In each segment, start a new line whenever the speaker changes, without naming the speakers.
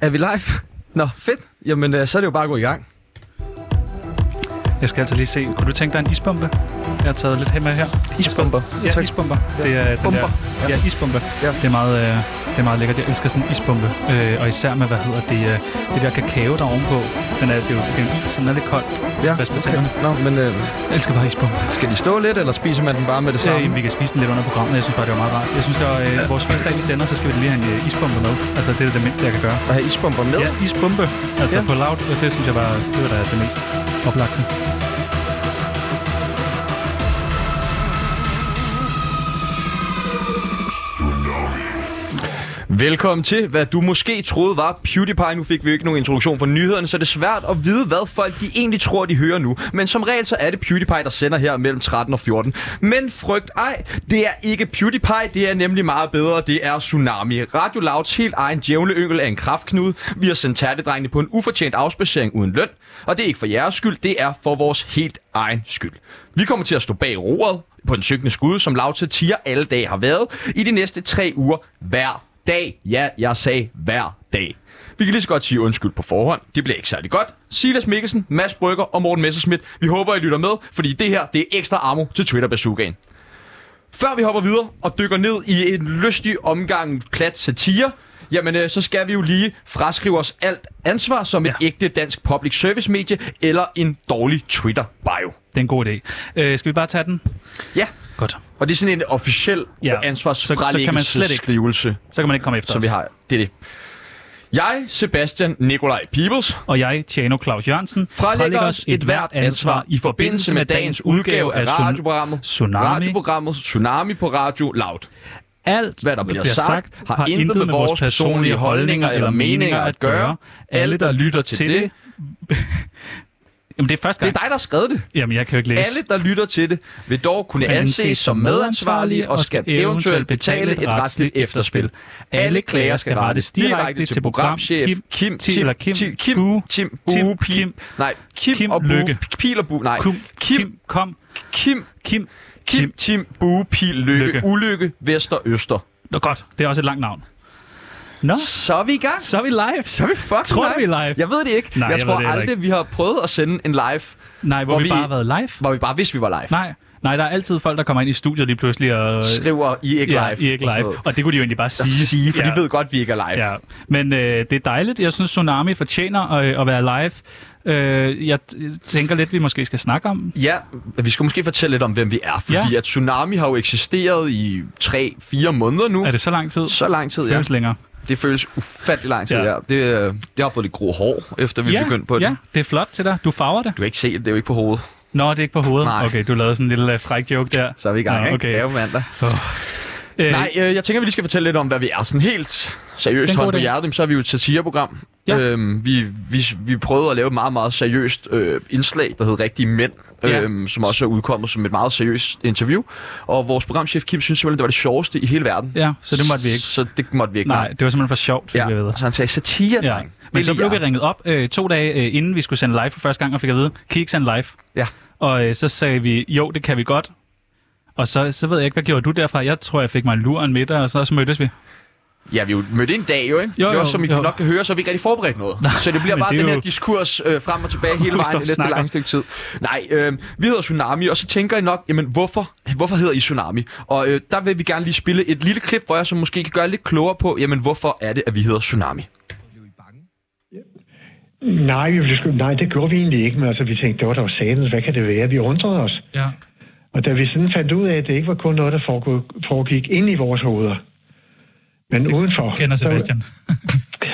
Er vi live? Nå, fedt. Jamen, øh, så er det jo bare at gå i gang.
Jeg skal altså lige se. Kunne du tænke dig en isbombe? Jeg har taget lidt hen med her.
Isbomber.
Ja,
Tak.
isbomber. Det er den
Bomber.
der, ja, isbomber.
Ja.
Ja. Det, er meget, øh, det er meget lækkert. Jeg elsker sådan en isbombe. Øh, og især med, hvad hedder det, øh, det der kakao der ovenpå. Den er, det er jo det er en is, sådan er lidt koldt.
Ja,
Pas på tænderne.
Nå, men øh,
Jeg elsker bare isbombe.
skal de stå lidt, eller spiser man den bare med det samme?
Øh, vi kan spise den lidt under programmet. Jeg synes bare, det var meget rart. Jeg synes, at øh, vores fødselsdag lige sender, så skal vi lige have en øh, isbombe med. Altså, det er det mindste, jeg kan gøre.
Og have isbomber med?
Ja, isbombe. Altså
Ja.
på loud. Og det synes jeg bare, det var da det mest oplagte.
Velkommen til, hvad du måske troede var PewDiePie. Nu fik vi jo ikke nogen introduktion for nyhederne, så det er svært at vide, hvad folk de egentlig tror, de hører nu. Men som regel, så er det PewDiePie, der sender her mellem 13 og 14. Men frygt ej, det er ikke PewDiePie, det er nemlig meget bedre, det er Tsunami. Radio Louds helt egen djævle yngel af en kraftknude. Vi har sendt tærtedrengene på en ufortjent afspacering uden løn. Og det er ikke for jeres skyld, det er for vores helt egen skyld. Vi kommer til at stå bag roret på den synkende skud, som Laud Satire alle dage har været, i de næste tre uger hver dag. Ja, jeg sagde hver dag. Vi kan lige så godt sige undskyld på forhånd. Det bliver ikke særlig godt. Silas Mikkelsen, Mads Brygger og Morten Messerschmidt. Vi håber, I lytter med, fordi det her det er ekstra ammo til Twitter Bazookaen. Før vi hopper videre og dykker ned i en lystig omgang plat satire, jamen øh, så skal vi jo lige fraskrive os alt ansvar som et
Ja.
ægte dansk public service medie eller en dårlig Twitter bio.
Det er en god idé. Øh, skal vi bare tage den?
Ja,
Godt.
og det er sådan en officiel
Ja,
ja.
så- så kan man slet ikke-
ansvarsfralæggelsesskrivelse,
Så kan man ikke komme efter
som
os.
vi har. Det er det. Jeg, Sebastian Nikolaj Peebles,
og jeg, Tjano Claus Jørgensen,
frelægger os et hvert ansvar i forbindelse med dagens udgave af
Tsun-
radioprogrammet,
Tsunami.
radioprogrammet Tsunami på Radio Loud.
Alt,
Hvad der bliver sagt, har intet med vores personlige holdninger eller meninger at gøre. Alle, der lytter til det,
Jamen, det er første
det er
gang.
dig, der har skrevet det.
Jamen, jeg kan jo ikke læse.
Alle, der lytter til det, vil dog kunne anses som medansvarlige og skal eventuelt betale et retsligt efterspil. Alle klager skal rettes direkte til programchef Kim, Tim, eller Kim, Tim, Kim, Tim, Bue, Pim, nej, Kim,
Kim
og Bue,
Lykke.
Pil og Bue, nej,
Kim,
Kim,
Kim, kom,
Kim,
Kim,
Kim,
Kim.
Tim, Bue, Pil, Lykke,
Lykke.
Ulykke, Vester, Øster.
Nå godt, det er også et langt navn. Nå,
Så er vi i gang.
så er vi live.
Så er vi fucking
Tror du,
live.
vi er live?
Jeg ved det ikke.
Nej,
jeg,
jeg
tror
ved det heller
aldrig, vi har prøvet at sende en live,
Nej, hvor,
Hvor
vi,
vi-
bare har været live.
hvor vi bare vidste, vi var live.
Nej, nej, der er altid folk, der kommer ind i studiet lige pludselig og...
Skriver, I er ikke
ja,
live.
I er ikke
og sådan
live.
noget.
Og det kunne de jo egentlig bare
at
sige.
sige, for
ja.
de ved godt, vi ikke er live.
Ja, men øh, det er dejligt. Jeg synes, Tsunami fortjener at, at være live. Øh, jeg t- tænker lidt, vi måske skal snakke om.
Ja, vi skal måske fortælle lidt om, hvem vi er, fordi ja.
Ja.
at Tsunami har jo eksisteret i 3-4 måneder nu.
Er det så lang tid?
Så lang tid, ja.
Føles længere.
Det føles ufattelig lang tid, ja.
Ja.
ja. Det, øh, det har fået lidt grå hår, efter vi
ja,
begyndte på det.
ja, det er flot til dig. Du farver det.
Du kan ikke se det, det er jo ikke på hovedet.
Nå, det er ikke på hovedet.
Nej.
Okay, du lavede sådan en lille uh, fræk joke der.
Så er vi i gang,
Nå,
ikke?
okay.
Det er jo mandag.
Øh,
Nej, øh, jeg tænker, vi lige skal fortælle lidt om, hvad vi er. Sådan helt seriøst
Den
hånd
gode
på
idé.
hjertet, så er vi jo et satireprogram.
Ja.
Øhm, vi, vi, vi prøvede at lave et meget, meget seriøst øh, indslag, der hed Rigtige Mænd,
Ja.
øhm, som også er udkommet som et meget seriøst interview. Og vores programchef Kim synes simpelthen, det var det sjoveste i hele verden.
Ja, så det måtte vi ikke.
Så det måtte vi ikke.
Nej, det var simpelthen for sjovt, fik
Ja.
ja. jeg ved.
Så han sagde satire,
Ja.
dreng. Det er
Men så
lige
blev
jer.
vi ringet op øh, to dage øh, inden vi skulle sende live for første gang, og fik at vide, kan I ikke sende live?
Ja.
Og øh, så sagde vi, jo, det kan vi godt. Og så, så ved jeg ikke, hvad gjorde du derfra? Jeg tror, jeg fik mig en lur og en middag, og så, så mødtes vi.
Ja, vi er jo mødt ind dag jo, ikke?
Jo,
det er
jo,
også, som I
jo.
nok kan høre, så er vi ikke rigtig forberedt noget. så det bliver
men
bare
det er
den her
jo-
diskurs øh, frem og tilbage hele
Vi
vejen
står
i
og
næste
snakker.
lange stykke tid. Nej, øh, vi hedder Tsunami, og så tænker I nok, jamen hvorfor, hvorfor hedder I Tsunami? Og øh, der vil vi gerne lige spille et lille klip for jer, som måske kan gøre jer lidt klogere på, jamen hvorfor er det, at vi hedder Tsunami?
Nej, vi blev sgu, nej, det gjorde vi egentlig ikke, men altså, vi tænkte, det var dog sadens, hvad kan det være? Vi undrede os.
Ja.
Og da vi sådan fandt ud af, at det ikke var kun noget, der foregik, foregik ind i vores hoveder, men det udenfor.
Kender Sebastian.
Så,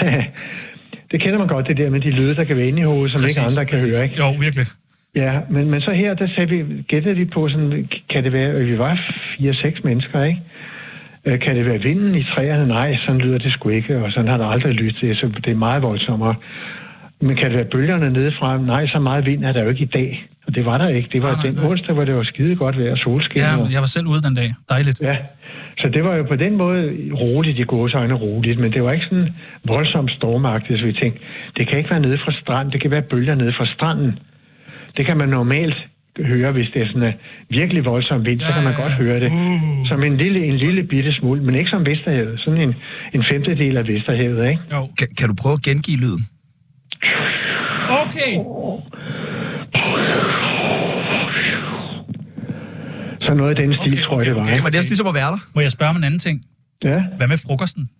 det kender man godt, det der med de lyde, der kan være inde i hovedet, som præcis, ikke andre kan præcis. høre. Ikke?
Jo, virkelig.
Ja, men, men så her, der sagde vi, gættede vi på, sådan, kan det være, at vi var fire-seks mennesker, ikke? Øh, Kan det være vinden i træerne? Nej, sådan lyder det sgu ikke, og sådan har det aldrig lyttet til, så det er meget voldsommere. Men kan det være bølgerne nedefra? Nej, så meget vind er der jo ikke i dag, og det var der ikke. Det var
Nej, nej,
den
nej.
onsdag, hvor det var skide godt vejr og solskin. og-
jeg var selv ude den dag. Dejligt.
Ja, så det var jo på den måde roligt i gåsøjne roligt, men det var ikke sådan voldsomt stormagtigt, så vi tænkte, det kan ikke være nede fra stranden, det kan være bølger nede fra stranden. Det kan man normalt høre, hvis det er sådan en virkelig voldsom vind, ja, så kan man ja, ja. godt høre det. Uh. Som en lille, en lille bitte smule, men ikke som Vesterhavet. Sådan en, en femtedel af Vesterhavet, ikke?
Jo.
Kan, kan du prøve at gengive lyden?
Okay.
Så noget af den stil,
Okay,
tror jeg,
okay,
det var.
okay.
Det
ikke?
var næsten ligesom at være der.
Må jeg spørge om en anden ting?
Ja.
Hvad med frokosten?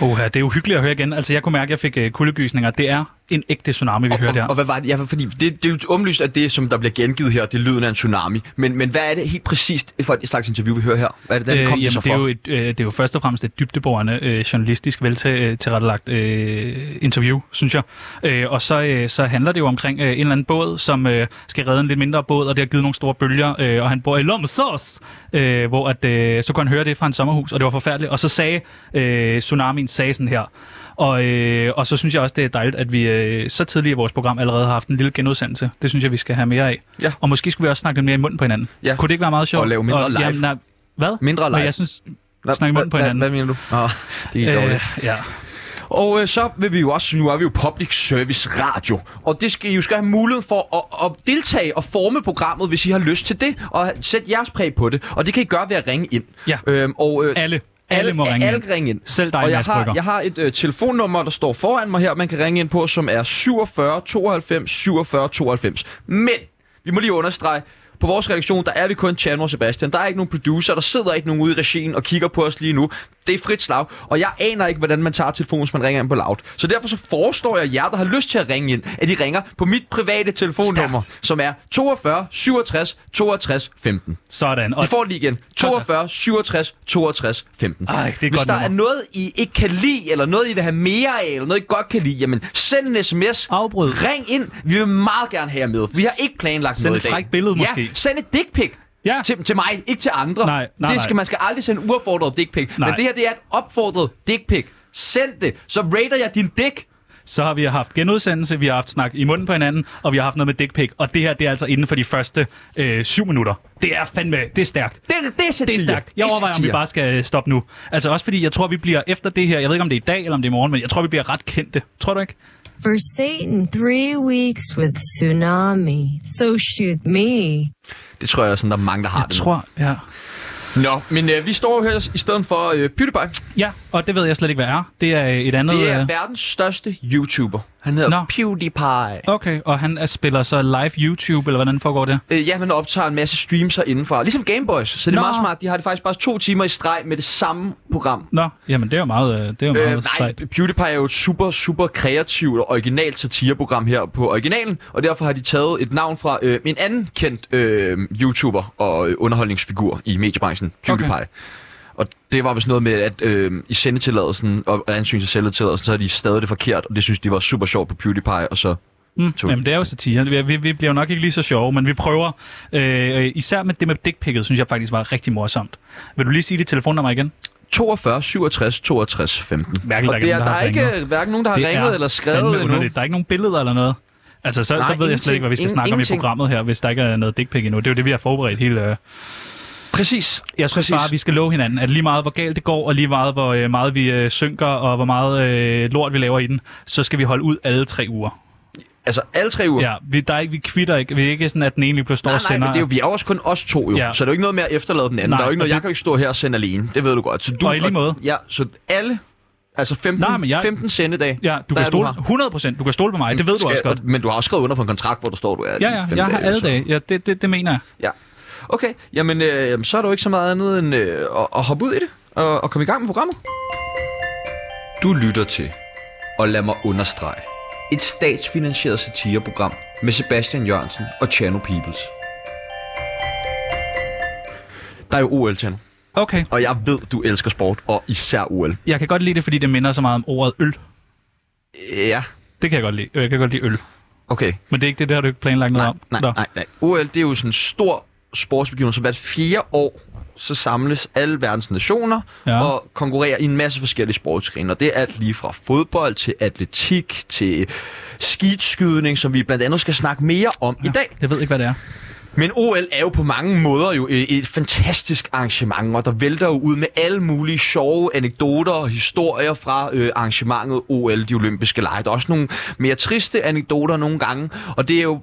Oha, det er uhyggeligt at høre igen. Altså, jeg kunne mærke, at jeg fik øh, kuldegysninger. Det er en ægte tsunami, vi hører
Og, og
der.
hvad var det? Ja, fordi det, det er jo omlyst, at det, som der bliver gengivet her, det er lyden af en tsunami. Men, men hvad er det helt præcist for et slags interview, vi hører her? Hvad er det, der øh, kom
jamen,
det så
det, er
fra?
jo et, øh, det er jo først og fremmest et dybdeborende, øh, journalistisk veltilrettelagt øh, interview, synes jeg. Øh, og så, øh, så handler det jo omkring øh, en eller anden båd, som øh, skal redde en lidt mindre båd, og det har givet nogle store bølger, øh, og han bor i Lomsås, øh, hvor at, øh, så kunne han høre det fra en sommerhus, og det var forfærdeligt. Og så sagde øh, tsunamien sagde sådan her, og, øh, og så synes jeg også, det er dejligt, at vi øh, så tidligt i vores program allerede har haft en lille genudsendelse. Det synes jeg, vi skal have mere af.
Ja.
Og måske skulle vi også snakke lidt mere i munden på hinanden.
Ja.
Kunne det ikke være meget sjovt?
Og lave mindre live.
jamen, nej, hvad?
Mindre
Og
live.
jeg synes,
Hvad-
snakke i munden på
hvad-
hinanden.
Hvad mener du? Ah, det gik dårligt.
øh, ja.
Og øh, så vil vi jo også, nu er vi jo public service radio, og det skal I jo skal have mulighed for at, at deltage og forme programmet, hvis I har lyst til det, og sætte jeres præg på det, og det kan I gøre ved at ringe ind.
Ja.
Øhm, og, øh,
Alle. Alle må ringe
alle
ind.
kan ringe ind.
Selv dig,
og jeg
Mads
har,
Brygger.
jeg har et øh, telefonnummer, der står foran mig her, man kan ringe ind på, som er 47 92 47 92. Men, vi må lige understrege, på vores redaktion, der er vi kun Chan og Sebastian. Der er ikke nogen producer, der sidder ikke nogen ude i regien og kigger på os lige nu. Det er frit slag, og jeg aner ikke, hvordan man tager telefonen, hvis man ringer ind på loud. Så derfor så forestår jeg jer, der har lyst til at ringe ind, at I ringer på mit private telefonnummer, som er 42 67 62 15.
Sådan.
Vi
Og, Altså-
får det lige igen. 42, 67, 62, 15.
Ej, det er et
Hvis
godt
der
nummer.
er noget, I ikke kan lide, eller noget, I vil have mere af, eller noget, I godt kan lide, jamen send en sms.
Afbryd.
Ring ind. Vi vil meget gerne have jer med. Vi har ikke planlagt
Send
noget i
et
dag.
frækt billede,
Ja,
måske.
send et dick pic.
Ja.
Til, til mig, ikke til andre.
Nej, nej,
det skal,
nej.
Man skal aldrig sende uopfordret dick pic.
Nej.
Men det her, det er et opfordret dick pic. Send det, så rater jeg din dick.
så har vi haft genudsendelse, vi har haft snak i munden på hinanden, og vi har haft noget med dick pic. Og det her, det er altså inden for de første øh, syv minutter. Det er fandme, det er stærkt.
Det, det, det er satire.
Det er stærkt. Jeg
Det er
overvejer, om vi
satire.
bare skal øh, stoppe nu. Altså også fordi, jeg tror, vi bliver efter det her, jeg ved ikke, om det er i dag eller om det er i morgen, men jeg tror, vi bliver ret kendte. Tror du ikke?
For Satan, three weeks with tsunami. So shoot me.
Det tror jeg, der er sådan, der er mange, der har
Jeg
det.
tror, ja.
Nå, men øh, vi står jo her i stedet for øh, PewDiePie.
Ja, og det ved jeg slet ikke, hvad er. Det er øh, et andet...
Det er
øh,
verdens største YouTuber. Han hedder
Nå.
no. PewDiePie.
Okay, og han er, spiller så live YouTube, eller hvordan foregår det?
Øh, ja, han optager en masse streams herindefra. Ligesom Gameboys. Så det er
Nå.
meget smart. De har det faktisk bare to timer i streg med det samme program.
Nå, jamen det er jo meget, øh, det er jo
Øh,
meget
nej,
sejt.
PewDiePie er jo et super, super kreativt og originalt satireprogram her på originalen, og derfor har de taget et navn fra øh, en anden kendt øh, YouTuber og øh, underholdningsfigur i mediebranchen, PewDiePie.
Okay.
Okay. Og det var vist noget med, at øh, i sendetilladelsen og ansyn til sendetilladelsen, så har de stadig det forkert, og det synes de var super sjovt på PewDiePie, og så
Mm,
to.
jamen det er jo satire. Vi, vi, vi bliver jo nok ikke lige så sjove, men vi prøver. Øh, især med det med dickpicket, synes jeg faktisk var rigtig morsomt. Vil du lige sige dit telefonnummer igen?
42 67 62 15.
Mærkeligt,
og
der ikke
det er,
er nogen,
der,
der har
er ikke
ringet.
hverken nogen, der har
Det er
ringet eller skrevet
fandme
endnu.
underligt. Der er ikke nogen billeder eller noget. Altså, så,
Nej,
så ved jeg
ingenting.
slet ikke, hvad vi skal
Ingen-
snakke om i
ingenting.
programmet her, hvis der ikke er noget dickpic endnu. Det er jo det, vi har forberedt hele... Øh.
Præcis.
Jeg synes
Præcis.
bare, vi skal love hinanden, at lige meget hvor galt det går, og lige meget hvor øh, meget vi øh, synker, og hvor meget øh, lort vi laver i den, så skal vi holde ud alle tre uger.
Altså alle tre uger.
Ja, vi, der er ikke, vi kvitter ikke. Vi er ikke sådan, at den ene lige pludselig
Nej,
står
nej,
og
men
sender...
det er jo, vi er jo også kun os to jo,
Ja.
ja. så det er jo ikke noget med at efterlade den anden.
Nej,
Nej, der er jo ikke
og
noget, jeg
det-
kan jo ikke stå her og sende alene, det ved du godt. Så du,
Og i lige måde.
Ja, så alle, altså 15,
Nej,
nej,
men
men
jeg-
15 sendedage,
Ja, du
der
kan
er
stole
her.
100 procent. Du kan stole på mig. Det ved du
Skal-
også godt.
og- Men du har også skrevet under på en kontrakt, hvor der står, du er
Ja,
i
ja,
fem
jeg har alle
så-
dage. Ja, det, det, det mener jeg.
Ja. Okay, jamen øh, jamen, så er der jo ikke så meget andet end øh, at, at hoppe ud i det og, og komme i gang med programmet. Du lytter til, og lad mig understrege, et statsfinansieret satireprogram med Sebastian Jørgensen og Chano Peoples. Der er jo OL, Chano,
Okay,
og jeg ved, du elsker sport, og især OL.
jeg kan godt lide det, fordi det minder så meget om ordet øl.
Ja,
Det kan jeg godt lide. Øh, Jeg kan godt lide øl.
okay.
Men det er ikke det, der har du ikke planlagt noget
Nej,
om.
nej,
Nå.
nej, nej. OL, det er jo sådan en stor sportsbegivenhed, så hvert fire år, så samles alle verdens nationer
Ja.
ja. og konkurrerer i en masse forskellige sportsgrene. Og det er alt lige fra fodbold til atletik til skidskydning, som vi blandt andet skal snakke mere om ja. i dag.
Jeg ved ikke, hvad det er.
Men OL er jo på mange måder jo øh, et fantastisk arrangement, og der vælter jo ud med alle mulige sjove anekdoter og historier fra øh, arrangementet OL, de olympiske lege. Der er også nogle mere triste anekdoter nogle gange, og det er jo,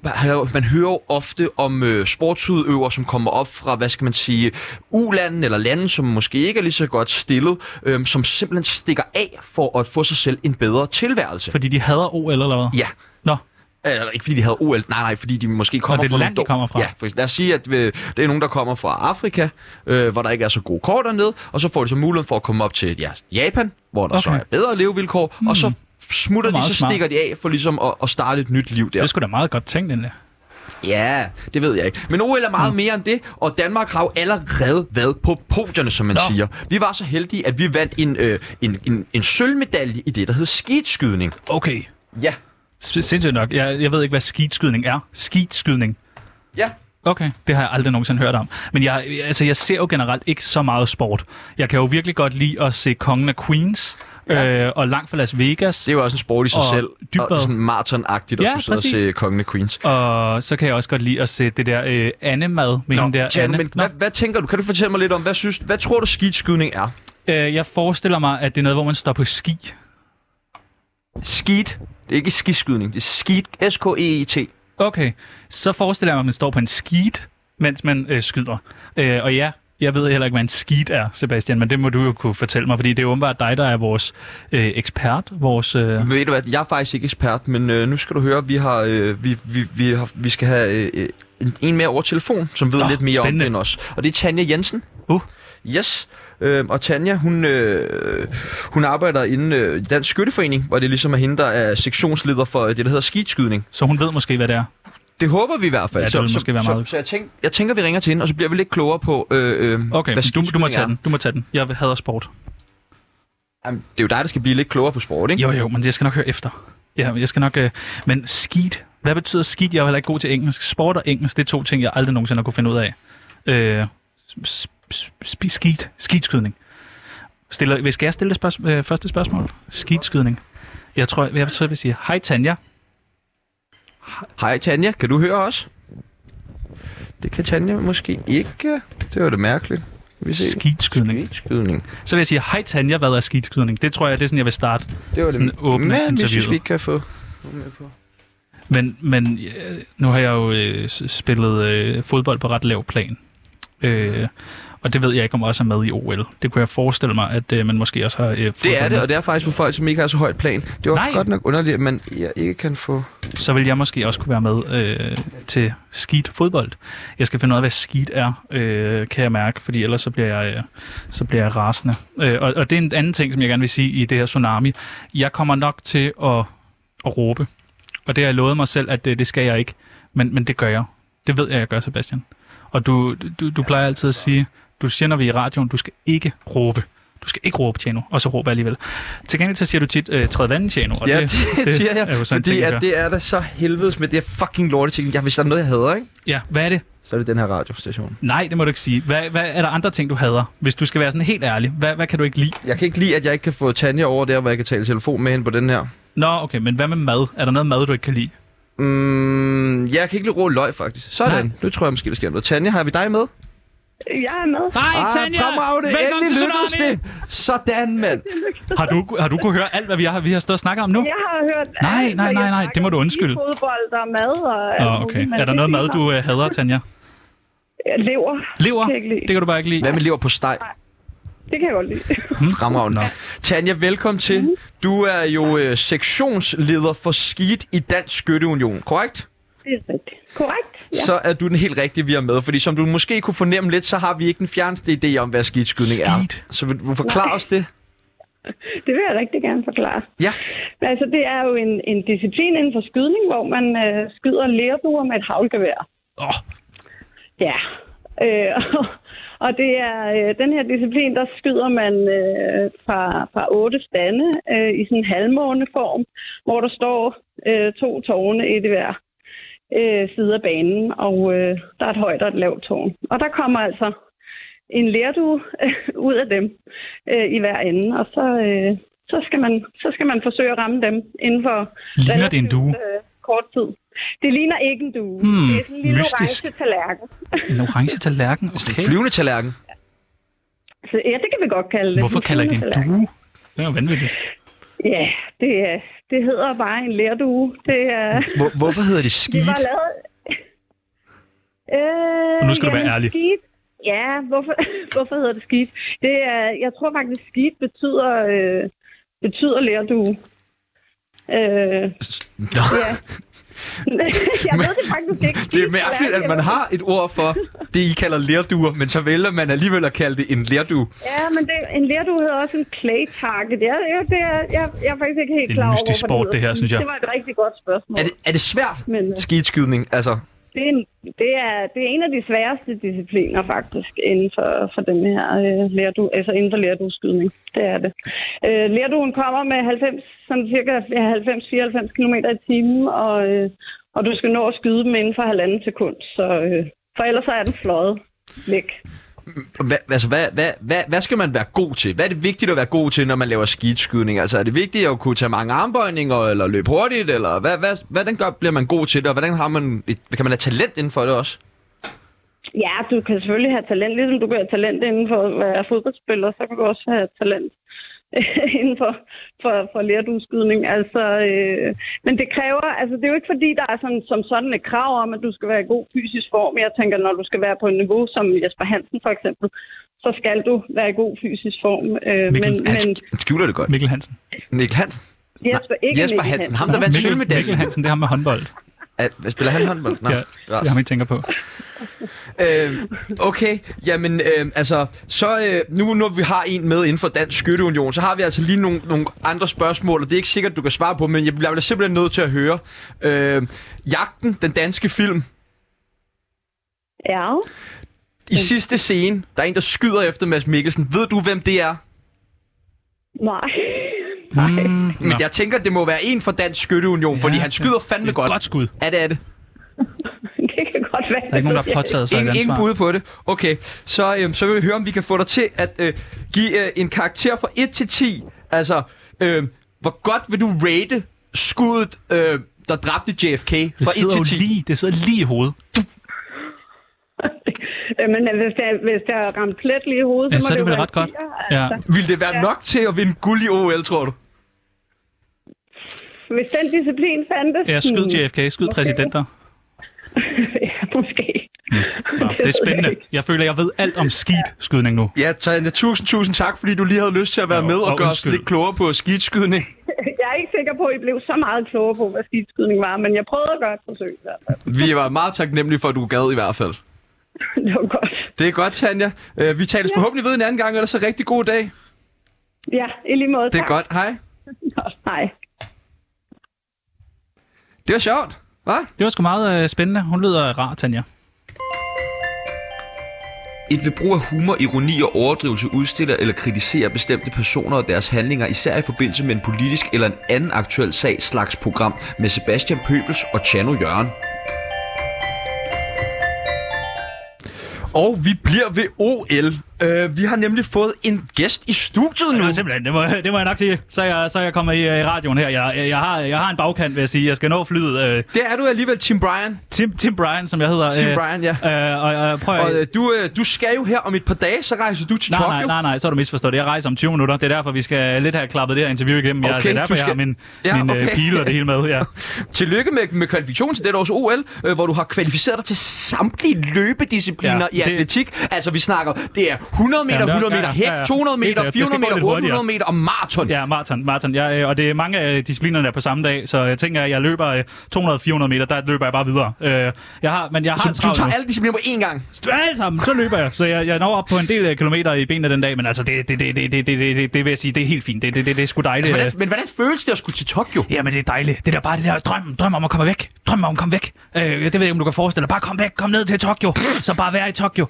man hører jo ofte om øh, sportsudøvere, som kommer op fra, hvad skal man sige, ulanden eller lande, som måske ikke er lige så godt stillet, øh, som simpelthen stikker af for at få sig selv en bedre tilværelse.
Fordi de hader OL eller hvad?
Ja,
Nå,
Øh, eller ikke fordi de havde OL, nej nej, fordi de måske kommer
det
fra
land,
nogle
de kommer fra.
Ja, for, lad os sige, at øh, det er nogen, der kommer fra Afrika, øh, hvor der ikke er så gode kår dernede, og så får de så muligheden for at komme op til ja, Japan, hvor der okay. så
Okay. Hmm.
er bedre levevilkår, mm. og så smutter
Det er
de, så
meget smart.
stikker de af for ligesom at, at starte et nyt liv
det
der.
er sgu da meget godt tænkt, endda.
Ja, det ved jeg ikke. Men OL er
Hmm.
meget mere end det, og Danmark har jo allerede været på podierne, som man
Nå.
siger. Vi var så heldige, at vi vandt en, øh, en, en, en sølvmedalje i det, der hed skidskydning.
Okay,
Ja,
S- sindssygt nok. Jeg, jeg ved ikke, hvad skidskydning er. Skidskydning.
ja.
Okay, det har jeg aldrig nogensinde hørt om. Men jeg, altså, jeg ser jo generelt ikke så meget sport. Jeg kan jo virkelig godt lide at se Kongen af Queens ja. øh, og Langt fra Las Vegas.
Det er jo også en sport i sig
Og
selv.
dybvad.
Og det er sådan maratonagtigt at
Ja,
ja, skulle sidde
præcis.
og se Kongen af Queens.
Og så kan jeg også godt lide at se det der øh, Anne-mad med Nå, den der
Tjano,
Anne.
men
Nå,
hvad, hvad tænker du? Kan du fortælle mig lidt om, hvad, synes, hvad tror du skidskydning er?
øh, jeg forestiller mig, at det er noget, hvor man står på ski.
Skid. Det er ikke skiskydning, det er skid. E S-K-E-E-T.
Okay, så forestiller jeg mig, at man står på en skid, mens man øh, skyder. Øh, og ja, jeg ved heller ikke, hvad en skid er, Sebastian, men det må du jo kunne fortælle mig, fordi det er jo åbenbart dig, der er vores øh, ekspert. Vores, øh...
Men ved du hvad, jeg er faktisk ikke ekspert, men øh, nu skal du høre, vi, har, øh, vi, vi, vi, har, vi skal have øh, øh, en, en mere over telefon, som ved
Nå,
oh, lidt mere spændende. om
spændende.
det end os. Og det er Tanja Jensen.
Uh.
Yes. Øh, og Tanja, hun, øh, hun arbejder inden øh, Dansk Skytteforening, hvor det ligesom er hende, der er sektionsleder for øh, det, der hedder skidskydning.
Så hun ved måske, hvad det er.
Det håber vi i hvert fald.
Ja, det ville måske være meget-
Så, så jeg, tænk, jeg tænker, vi ringer til hende, og så bliver vi lidt klogere på, øh, øh,
Okay,
hvad
men du, du må
skidskydning
tage
er.
den. Du må tage den. Jeg hader sport.
Jamen, det er jo dig, der skal blive lidt klogere på sport, ikke?
Jo, jo, men jeg skal nok høre efter. Ja, jeg skal nok... Øh... Men skid. Hvad betyder skid? Jeg er jo heller ikke god til engelsk. Sport og engelsk, det er to ting, jeg aldrig nogensinde har kunne finde ud af. Øh, s- s- sp- skid. Skidskydning. Stiller, hvis skal jeg stille det spørgsmål, øh, første spørgsmål? Skidskydning. Jeg tror, jeg, jeg tror, jeg vil sige, hej Tanja.
Hej Tanja, kan du høre os? Det kan Tanja måske ikke. Det var det mærkeligt. Vi ser.
Skidskydning.
Skidskydning.
Så vil jeg sige, hej Tanja, hvad er skidskydning? Det tror jeg, det er sådan, jeg vil starte.
Det var
Sådan
det
åbne
Men hvis
interviewet.
vi ikke kan få nogen med på.
Men, men øh, nu har jeg jo øh, s- spillet øh, fodbold på ret lav plan. Øh, og det ved jeg ikke, om også er med i OL. Det kunne jeg forestille mig, at øh, man måske også har øh, fodbold
Det er det,
med.
og det er faktisk for folk, som ikke har så højt plan. Det var
Nej.
godt nok underligt, at man ja, ikke kan få...
Så vil jeg måske også kunne være med øh, til skidt fodbold. Jeg skal finde ud af, hvad skidt er, øh, kan jeg mærke, fordi ellers så bliver jeg, øh, så bliver jeg rasende. Øh, og, og det er en anden ting, som jeg gerne vil sige i det her tsunami. Jeg kommer nok til at, at råbe, og det har jeg lovet mig selv, at øh, det, det skal jeg ikke, men, men det gør jeg. Det ved jeg, jeg gør, Sebastian. Og du, du, du plejer altid at sige, du siger, når vi er i radioen, du skal ikke råbe. Du skal ikke råbe, Tjano, og så råber jeg alligevel. Til gengæld så siger du tit, øh, træd vandet, Tjano. og
Ja, det, det siger jeg,
er jo sådan en
fordi
ting, jeg gør.
at det er da så helvedes med det her fucking lorte ting. Ja, hvis der er noget, jeg hader, ikke?
Ja, hvad er det?
Så er det den her radiostation.
Nej, det må du ikke sige. Hvad, hvad er der andre ting, du hader? Hvis du skal være sådan helt ærlig, hvad, hvad kan du ikke lide?
Jeg kan ikke lide, at jeg ikke kan få Tanja over der, hvor jeg kan tale i telefon med hende på den her.
Nå, okay, men hvad med mad? Er der noget mad, du ikke kan lide?
Mm, jeg kan ikke lide rå løg, faktisk. Sådan.
Nej.
Nej. Nu tror jeg måske, der sker noget. Tanja, har vi dig med? Ah,
Jeg er med.
Nej,
fremragende. Endelig lykkedes det. Sådan, mand.
Har du, har du kunne høre alt, hvad vi har, vi har stået og snakket om nu?
Jeg har hørt...
Nej,
alt,
nej,
og
nej,
jeg
nej, det må du
snakker om
undskylde.
Fodbold og mad og... alt
Åh,
muligt,
okay.
men
Er der
det
noget mad,
lige
du øh, hader, Tanja?
meget. Lever.
Lever?
Det kan jeg ikke lide.
Det kan du bare ikke lide.
Hvad med lever på steg?
Det kan jeg godt lide.
Fremragende.
Nå.
Tanja, velkommen til. Du er jo øh, sektionsleder for skidt i Dansk Skytteunion, korrekt?
Det er rigtigt. Korrekt. Ja.
Så er du den helt rigtige, vi er med. Fordi som du måske kunne fornemme lidt, så har vi ikke den fjerneste idé om, hvad skidskydning er.
Skid?
Så vil du forklare
Nej.
os det?
Det vil jeg rigtig gerne forklare.
Ja.
Men Altså, det er jo en, en disciplin inden for skydning, hvor man øh, skyder lærduer med et havlgevær.
Åh, oh,
Ja. Øh, og det er øh, den her disciplin, der skyder man øh, fra, fra otte stande øh, i sådan en halvmåneform, hvor der står øh, to tårne, et i hver øh, side af banen, og øh, der er et højt og et lavt tårn. Og der kommer altså en lærdue øh, ud af dem øh, i hver ende, og så, øh, så, skal man, så skal man forsøge at ramme dem inden for...
ligner det en due?
Øh, kort tid. Det ligner ikke en due.
Hmm,
det er sådan en lille
mystisk.
orange tallerken.
En orange tallerken? Okay.
Okay. Altså, Flyvende tallerken.
Så, ja, det kan vi godt kalde det.
Hvorfor
En
kalder I det en
flyvetallerken.
due? Det er jo vanvittigt.
Ja, det, er- det hedder bare en lærdue. Det er...
Hvor, hvorfor hedder det
Det
skid?
var lavet... Øh,
Og nu skal du være ærlig.
Skid. Ja, hvorfor, hvorfor hedder det skidt? Det er, jeg tror faktisk, skidt betyder, øh, betyder lærdue. Øh,
Nå,
ja. jeg ved det faktisk ikke.
det er mærkeligt, at man har et ord for det, I kalder lærduer, men så vælger man alligevel at kalde det en lærdue.
Ja, men det, en lærdue hedder også en clay target. Ja, ja, det er, jeg, jeg er faktisk ikke helt
Det er en
klar over,
mystisk
hvorfor
sport, det her,
hedder
synes jeg.
Det var et rigtig godt spørgsmål.
Er det, er det svært,
Men, øh,
skidskydning? Altså,
Det er, en, det, er, det er en af de sværeste discipliner faktisk inden for, for den her øh, lærdu, altså inden for lærdueskydning. Det er det. Øh, lærduen kommer med 90, sådan cirka 90-94 km i timen, og, øh, og du skal nå at skyde dem inden for halvanden sekund. Så, øh, for ellers så er den fløjet væk.
hvad, altså hvad, hvad, hvad, hvad skal man være god til? Hvad er det vigtigt at være god til, når man laver skidskydning? Altså, er det vigtigt at kunne tage mange armbøjninger, eller løbe hurtigt, eller hvad, hvad, hvordan gør, bliver man god til det, og hvordan har man et, kan man have talent inden for det også?
Ja, du kan selvfølgelig have talent, ligesom du kan have talent inden for at være fodboldspiller, så kan du også have talent inden for, for, for lærdueskydning. Altså, øh, men det kræver, altså det er jo ikke fordi, der er sådan, som sådan et krav om, at du skal være i god fysisk form. Jeg tænker, når du skal være på et niveau som Jesper Hansen for eksempel, så skal du være i god fysisk form. Øh,
Mikkel,
men,
Han,
men
sk- han skjuler det godt.
Mikkel Hansen.
Mikkel Hansen?
Jesper, ikke
Jesper
Mikkel
Hansen, ham der
Nå,
vandt
Mikkel, Mikkel
sølvmedaljen.
Hansen, det er ham med håndbold.
Er- Hvad spiller han håndbold? Nå,
Ja,
ja.
det er ham, I tænker på.
Øh, okay, jamen øh, altså, så øh, nu når vi har en med inden for Dansk Skytteunion, så har vi altså lige nogle, nogle andre spørgsmål, og det er ikke sikkert, du kan svare på, men jeg bliver simpelthen nødt til at høre. Øh, Jagten, den danske film,
Ja,
i sidste scene, der er en, der skyder efter Mads Mikkelsen. Ved du, hvem det er?
nej.
Mm,
Men
nå.
jeg tænker, det må være en fra Dansk Skytteunion, ja, fordi
Ja,
han skyder fandme
det er et
godt.
godt skud.
Er det, er det?
det kan godt være.
Der er ikke nogen, der har påtaget sig et
Ingen, ingen
ansvar.
bud på det. Okay, så, øhm, så vil vi høre, om vi kan få dig til at øh, give øh, en karakter fra 1 til 10. Altså, øh, hvor godt vil du rate skuddet, øh, der dræbte JFK
Det
fra 1
sidder
til
jo
10?
lige, det sidder lige i hovedet.
Øh, Men hvis der, hvis der er ramt plet lige i hovedet,
Ja,
må
så er det
jo
vel
være altså.
ret godt.
en tier,
Ja.
Vil det være ja.
Ja.
nok til at vinde guld i OL, tror du?
Hvis den disciplin fandtes...
ja, skyd
hmm,
JFK, skyd præsidenter.
ja, måske.
Mm. Nå, det er spændende. Jeg føler, jeg ved alt om skidskydning nu.
Ja, Tanja, tusind, tusind tak, fordi du lige havde lyst til at være
Ja,
med og,
og
gøre os
undskyld.
lidt klogere på skidskydning.
Jeg er ikke sikker på, at I blev så meget klogere på, hvad skidskydning var, men jeg prøvede at gøre et forsøg. i hvert fald.
Vi var meget taknemmelige for, at du gad i hvert fald.
Det var godt.
Det er godt, Tanja. Øh, vi tales ja. forhåbentlig ved en anden gang, ellers så rigtig god dag.
Ja, i lige måde.
Det er
tak.
godt. Hej.
Hej.
Det var sjovt, hva'?
Det var sgu meget øh, spændende. Hun lyder rar, Tanja.
Et ved brug af humor, ironi og overdrivelse udstiller eller kritiserer bestemte personer og deres handlinger, især i forbindelse med en politisk eller en anden aktuel sag slags program med Sebastian Pøbels og Chano Jørgen.
Og vi bliver ved OL. Uh, vi har nemlig fået en gæst i studiet nu.
Nå, simpelthen, det må, det må jeg nok sige. Så er jeg, så er jeg kommet i, øh, i radioen her. Jeg, jeg, har, jeg har en bagkant, vil jeg sige. Jeg skal nå flyet. Øh,
Det er du alligevel, Tim Bryan.
Tim, Tim Bryan, som jeg hedder.
Tim
øh,
Bryan, ja.
Øh, og, og, prøv at...
Og øh, du, øh, du skal jo her om et par dage, så rejser du til
Nej, nej,
Tokyo.
nej, nej, så har du misforstået det. Jeg rejser om 20 minutter. Det er derfor, vi skal lidt have klappet det her interview igennem. Jeg,
Okay,
det er derfor,
du skal-
jeg har min,
Ja,
min øh,
okay.
pile og det hele med. Ja.
Tillykke med, med kvalifikationen til dette års OL, øh, hvor du har kvalificeret dig til samtlige løbediscipliner
Ja,
ja, i
det-
atletik. Altså, vi snakker, det er 100 meter,
Jamen, det er-
100
ja,
meter,
ja, ja,
hæk,
ja.
200
Helt
meter,
sikkert. Det skal
400
gå lidt
meter,
hurtigere.
800 meter og maraton.
ja, maraton, maraton. Jeg, øh, og det er mange af disciplinerne er på samme dag, så jeg tænker, at jeg løber øh, 200-400 meter, der løber jeg bare videre. Øh, jeg har, men jeg har en
Så du
travl nu.
tager alle discipliner på én gang.
alt sammen, så løber jeg. Så jeg, jeg når op på en del øh, kilometer i benene den dag, men altså, det, det, det, det, det, det, det, det, det vil jeg sige, det er helt fint. Det, det, det, det er sgu dejligt.
Altså,
øh.
hvordan, men hvordan føles det at skulle til Tokyo?
Jamen, det er dejligt. Det der bare det der drøm, drøm om at komme væk. Drøm om at komme væk. Øh, det ved jeg ikke, om du kan forestille dig. Bare kom væk, kom ned til Tokyo. Så bare være i Tokyo.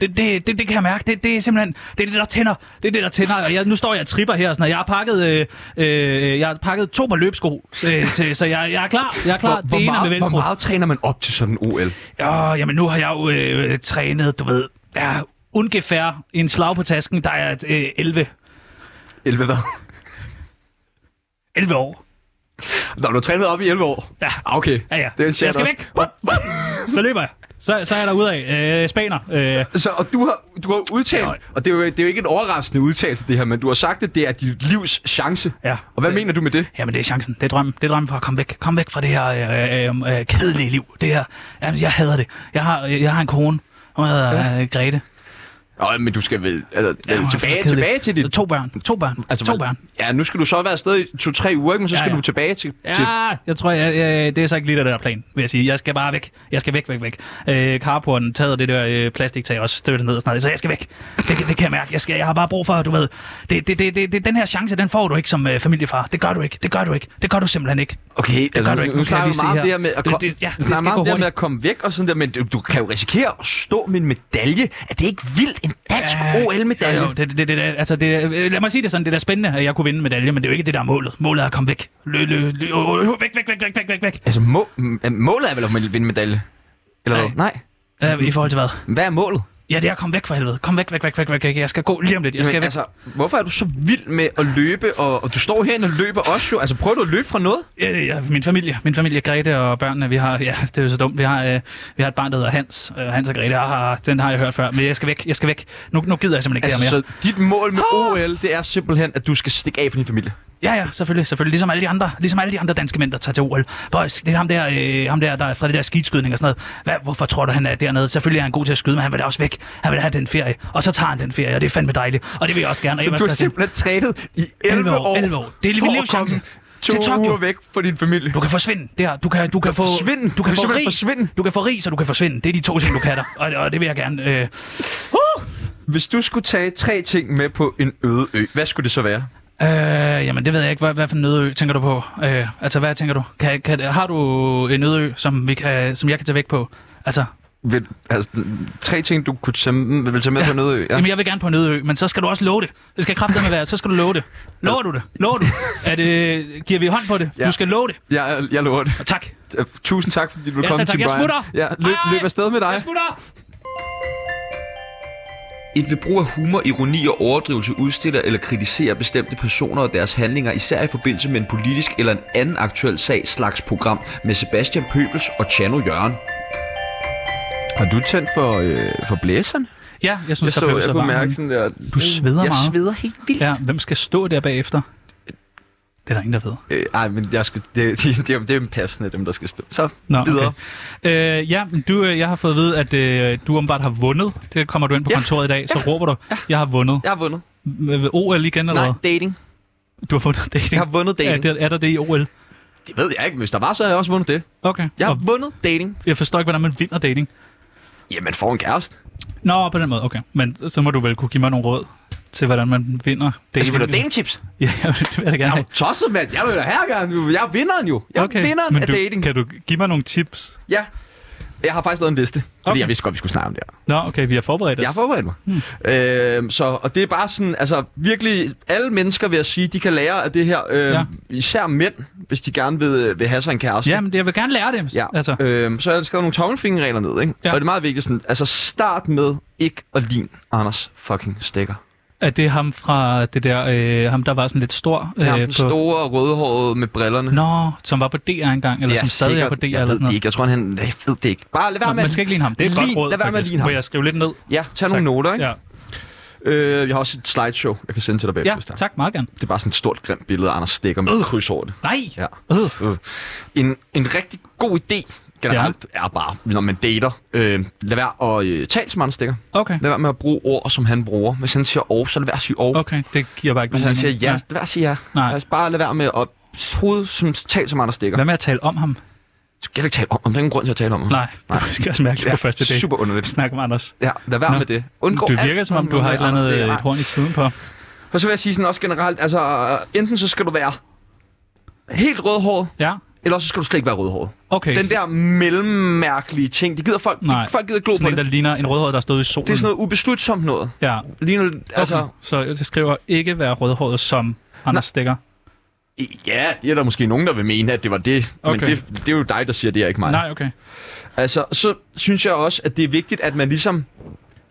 Det, det, det, det kan jeg mærke. Det, det er simpelthen det, er det, der tænder. Det er det, der tænder. Og jeg, nu står jeg og tripper her. og Sådan, og jeg har pakket, øh, øh, jeg har pakket to par løbsko, øh, til, så jeg, jeg er klar. Jeg er klar.
Hvor, hvor,
det ene er med
meget, hvor
velcro.
meget træner man op til sådan en OL?
Åh, jamen nu har jeg jo øh, øh, trænet, du ved, ja, ungefær en slag på tasken, der er øh, 11,
11 hvad?
11 år.
Nå, du har trænet op i 11 år.
Ja.
Ah, Okay.
Ja, ja.
Det er en chat
Jeg skal
også.
væk. Wup, wup. Så løber jeg. Så, så er jeg derude af. Øh, spaner. Øh,
Så, og du har, du har udtalt,
Ja.
og det er, jo, det er jo ikke en overraskende udtalelse det her, men du har sagt, at det er dit livs chance.
Ja.
Og hvad mener du med det?
Jamen, det er chancen. Det er drømmen. Det er drømmen for at komme væk. Kom væk fra det her øh, øh, øh, kedelige liv. Det her. Jamen, jeg hader det. Jeg har, jeg har en kone. Hun hedder øh, Grete.
Nå, men du skal vel altså,
Ja,
vel
hun er
tilbage,
for kedelig.
tilbage til
Så
dit...
To børn. To børn. Altså, to
vel-
børn.
Ja, nu skal du så være afsted i to-tre uger, ikke? men så
Ja,
skal
ja.
du tilbage til... til
Ja, jeg tror, jeg, jeg, det er så ikke lige det der plan, vil jeg sige. Jeg skal bare væk. Jeg skal væk, væk, vævæk. Øh, carporten tager det der øh, plastiktag også støttet ned og sådan noget. Så jeg skal væk. Det, kan- det kan jeg mærke. Jeg, skal, jeg har bare brug for, du ved. Det, det, det, det, det, den her chance, den får du ikke som øh, familiefar. Det gør du ikke. Det gør du ikke. Det gør du simpelthen ikke.
okay, det
gør
altså,
du
nu,
ikke.
nu
Nu kan jeg
snakker vi meget om
lige se her.
det her med at,
Det-
kom,
det- ja,
ja,
det
det, snakker
skal
meget
gå
om det her med
hurtigt.
at komme væk og sådan der, men du, du kan jo risikere at stå med en medalje. Er det ikke vildt? En dansk
Ja,
OL-medalje?
Jo, jo, det, det, det, det, altså det, øh, lad mig sige det sådan, det er da spændende, at jeg kunne vinde en medalje, men det er jo ikke det, der er målet. Målet er at komme væk. Lø, lø, lø, øh, øh, væk, væk, væk, væk, væk, væk, væk.
Altså, må, m- målet er vel at vinde en medalje? Eller
Nej.
hvad? Nej.
Øh, I forhold til hvad?
Hvad er målet?
Ja, det er at komme væk fra helvede. Kom væk, væk, væk, væk, væk, væk. Jeg skal gå lige om lidt. Jeg skal
Jamen,
væk.
altså, hvorfor er du så vild med at løbe, og, og du står herinde og løber også jo? Altså, prøver du at løbe fra noget?
Øh, ja, min familie, min familie Grete og børnene, vi har, ja, det er jo så dumt, vi har, øh, vi har et barn, der hedder Hans, øh, Hans og Grete, ah, den har jeg hørt før, men jeg skal væk, jeg skal væk, nu, nu gider jeg simpelthen ikke
Altså,
altså, det her
så
mere.
dit mål med
Ah!
OL, det er simpelthen, at du skal stikke af fra din familie.
Ja, ja, selvfølgelig, selvfølgelig, ligesom alle de andre, ligesom alle de andre danske mænd, der tager til OL. Boys, det er ham der, øh, ham der, der er fra det der skidskydning og sådan noget. Hvad, hvorfor tror du, han er dernede? Selvfølgelig er han god til at skyde, men han vil da også væk. Han vil have den ferie, og så tager han den ferie, og det er fandme dejligt, og det vil jeg også gerne. og
Så
Emma
du har
Christian-
simpelthen trænet i 11 år,
11 år. Det er
for
mit livs
at komme
chance.
to
Til Tokyo.
uger væk fra din familie.
Du kan forsvinde der. Du kan, du kan få,
forsvinde?
Du
Du
kan
kan
få
simpelthen
rig.
forsvinde?
Du kan få rig, så du kan forsvinde. Det er de to ting, du kan der. Og, og det vil jeg gerne. Øh,
Hvis du skulle tage tre ting med på en øde ø, hvad skulle det så være?
øh, jamen, det ved jeg ikke. Hvad, hvad for en nødø tænker du på? Øh, altså, hvad tænker du? Kan, kan, har du en nødø, som, vi kan, som jeg kan tage væk på? Altså,
Vil, altså, tre ting, du kunne tage, vil tage med ja. på en øde ø?
ja. jamen, jeg vil gerne på en nødø, men så skal du også love det. Det skal kraftedeme være. Så skal du love det. Lover du det? Lover du? At, øh, giver vi hånd på det? Ja.
Ja.
Du skal love det.
jeg, jeg lover det.
Og tak.
Øh, Tusind tak, fordi du
Ja,
kom
selv
til
tak.
Brian.
Jeg smutter.
Ja, løb,
Ej,
løb afsted med dig.
Jeg smutter!
Et ved brug af humor, ironi og overdrivelse udstiller eller kritiserer bestemte personer og deres handlinger, især i forbindelse med en politisk eller en anden aktuel sag slags program med Sebastian Pøbels og Chano Jørgen.
Har du tændt for, øh, for blæseren?
Ja, jeg synes,
Jeg så,
der blev
jeg
så
kunne mærke
varmt.
sådan der... øh,
Du sveder
jeg
meget.
sveder helt vildt.
Ja, hvem skal stå der bagefter? Det er der ingen, der ved.
Øh, ej, men jeg skulle, det, det, det, det er passende, dem der skal stå. Så
Nå,
videre.
Okay. Øh, ja, men du, øh, jeg har fået at vide, at øh, du åbenbart har vundet. Det kommer du ind på
Ja.
kontoret i dag, så råber du, jeg har vundet.
Jeg har vundet.
Ja. OL igen, eller
Nej,
hvad?
dating.
Du har fundet dating.
Jeg har vundet
er,
dating.
der, er der det i OL?
Det ved jeg ikke, men hvis der var, så havde jeg også vundet det.
Okay.
Jeg
Og
har vundet dating.
jeg forstår ikke, hvordan man vinder dating.
Jamen, får en kæreste.
Nå, på den måde, okay. Men så må du vel kunne give mig nogle råd til, hvordan man vinder dating.
Altså, vil du have datingtips?
Ja, det vil jeg da gerne. have.
Tosset, mand. Jeg vil da her gerne. Jeg er vinderen jo. Jeg er okay, vinderen
men
af
du,
dating.
Kan du give mig nogle tips?
Ja. Jeg har faktisk lavet en liste, fordi
Okay.
okay. jeg vidste godt, vi skulle snakke om det her.
Nå, okay, vi har forberedt os.
Jeg har forberedt mig. Hmm. Øh, så, og det er bare sådan, altså virkelig, alle mennesker vil jeg sige, de kan lære af det her. Øh,
Ja.
ja. Især mænd, hvis de gerne vil, vil have sig en kæreste.
Ja, men jeg vil gerne lære det.
Ja,
Altså,
altså. øhm, så har jeg skrevet nogle tommelfingerregler ned, ikke?
Ja.
Ja. Og det er meget vigtigt sådan, altså start med ikke at ligne Anders fucking Stikker.
er det ham fra det der, øh, ham der var sådan lidt stor?
Det er ham, den
Øh, på-
store rødhårede med brillerne.
Nå, som var på DR engang, eller
Det er
som stadig er på
sikkert-
DR
jeg
eller
ved
sådan
det
noget.
ikke. Jeg tror, han... Jeg ved det ikke. Bare lad være
Nå,
med...
man skal ikke ligne ham. Det er et godt
Lin-
råd,
lad være med at
faktisk.
ligne ham.
Må jeg skrive lidt ned?
Ja, tag
Tak.
nogle noter, ikke?
Ja.
Ja. Øh, jeg har også et slideshow, jeg kan sende til dig bagefter.
ja,
hvis der er.
tak meget gerne.
Det er bare sådan et stort, grimt billede af Anders Stikker med øh. kryds over det.
Nej!
Ja.
Øh.
Øh. En, en rigtig god idé generelt ja. er bare, når man dater, øh, lad være at øh, tale som Anders Stikker.
Okay,
Lad være med at bruge ord, som han bruger. Hvis han siger og, så lad være at sige og.
okay, det giver bare ikke
Hvis
nogen
han siger
mening.
ja, lad være at sige ja.
Nej.
Altså bare lad være med at hoved, som tal som Anders Stikker.
Hvad med at tale om ham?
Du skal heller ikke tale om, om der er ingen grund til at tale om ham.
Nej, Nej. det skal også mærkeligt på første date.
Super underligt.
Snak om Anders.
Ja, lad være
Nå.
med det. Undgå
Du
alt
virker som om, du har et eller
Anders
andet
Stikker.
øh,
Nej.
et horn i siden på.
Og så vil jeg sige sådan også generelt, altså enten så skal du være helt rødhåret,
Ja,
eller også så skal du slet ikke være rødhåret.
okay.
Den der mellemmærkelige ting, det gider folk,
Nej.
Nej. folk gider glo på
sådan en,
det.
der ligner en rødhåret, der stod i solen.
Det er sådan noget ubeslutsomt noget.
Ja,
Lige nu, altså,
okay. Så jeg skriver ikke være rødhåret som Anders Stikker.
ja, det er der måske nogen, der vil mene, at det var det. Men
Okay.
det, det er jo dig, der siger det, og ikke mig.
Nej, okay.
Altså, så synes jeg også, at det er vigtigt, at man ligesom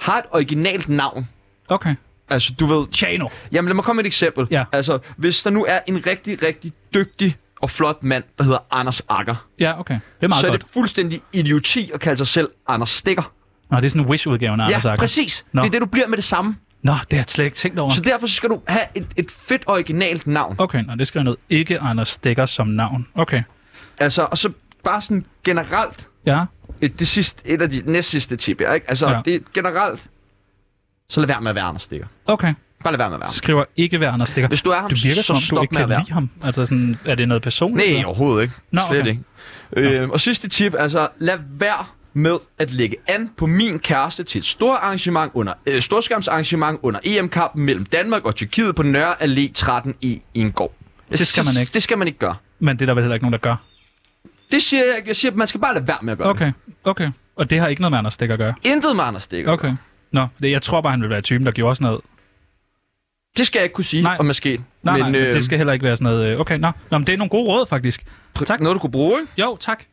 har et originalt navn.
Okay.
Altså, du ved...
Chano.
Jamen, lad mig komme med et eksempel.
Ja.
Altså, hvis der nu er en rigtig, rigtig dygtig og flot mand, der hedder Anders Akker.
Ja, okay. Det er meget
så
så
er
godt.
det
Det...
fuldstændig idioti at kalde sig selv Anders Stikker.
Nå, det er sådan en Wish-udgave, når
Ja,
Anders Agger.
præcis.
Nå.
Det er det, du bliver med det samme.
Nå, det har jeg slet ikke tænkt over.
Så derfor skal du have et, et fedt originalt navn.
Okay, nå, det skal jeg ned. Ikke Anders Stikker som navn. Okay.
Altså, og så bare sådan generelt,
Ja,
et, det sidste, et af de næst sidste tip, ja, ikke? Altså,
Ja.
ja. det er generelt, så lad være med at være Anders Stikker.
okay.
Bare lad være med at være ham.
Skriver ikke være Anders Stikker.
Hvis du er ham,
Du virker
så
som om, du
stop
ikke
med
kan
at være
lide ham. Altså sådan, er det noget personligt?
Nej,
eller?
overhovedet ikke.
Nå,
Slet
okay.
ikke. Øhm, og sidste tip, altså lad være med at lægge an på min kæreste til et stort arrangement under, øh, storskærmsarrangement under EM-kampen mellem Danmark og Tyrkiet på Nørre Allé 13 i Ingård.
Det skal man ikke.
Det skal man ikke gøre.
Men det er der vel heller ikke nogen, der gør.
Det siger jeg ikke. Jeg siger, at man skal bare lade være med at gøre
Okay, okay. Og det har ikke noget med Anders Stikker at gøre.
det. Intet med Anders Stikker.
Okay. Nå, det, jeg tror bare, han vil være typen, der gjorde sådan noget.
Det skal jeg ikke kunne sige,
Nej.
om øhm, man skal.
Nej, men, nej, øh... det skal heller ikke være sådan noget. øh, Okay, nå. nå men det er nogle gode råd, faktisk. tak.
Noget, du kunne bruge, ikke?
Jo, tak.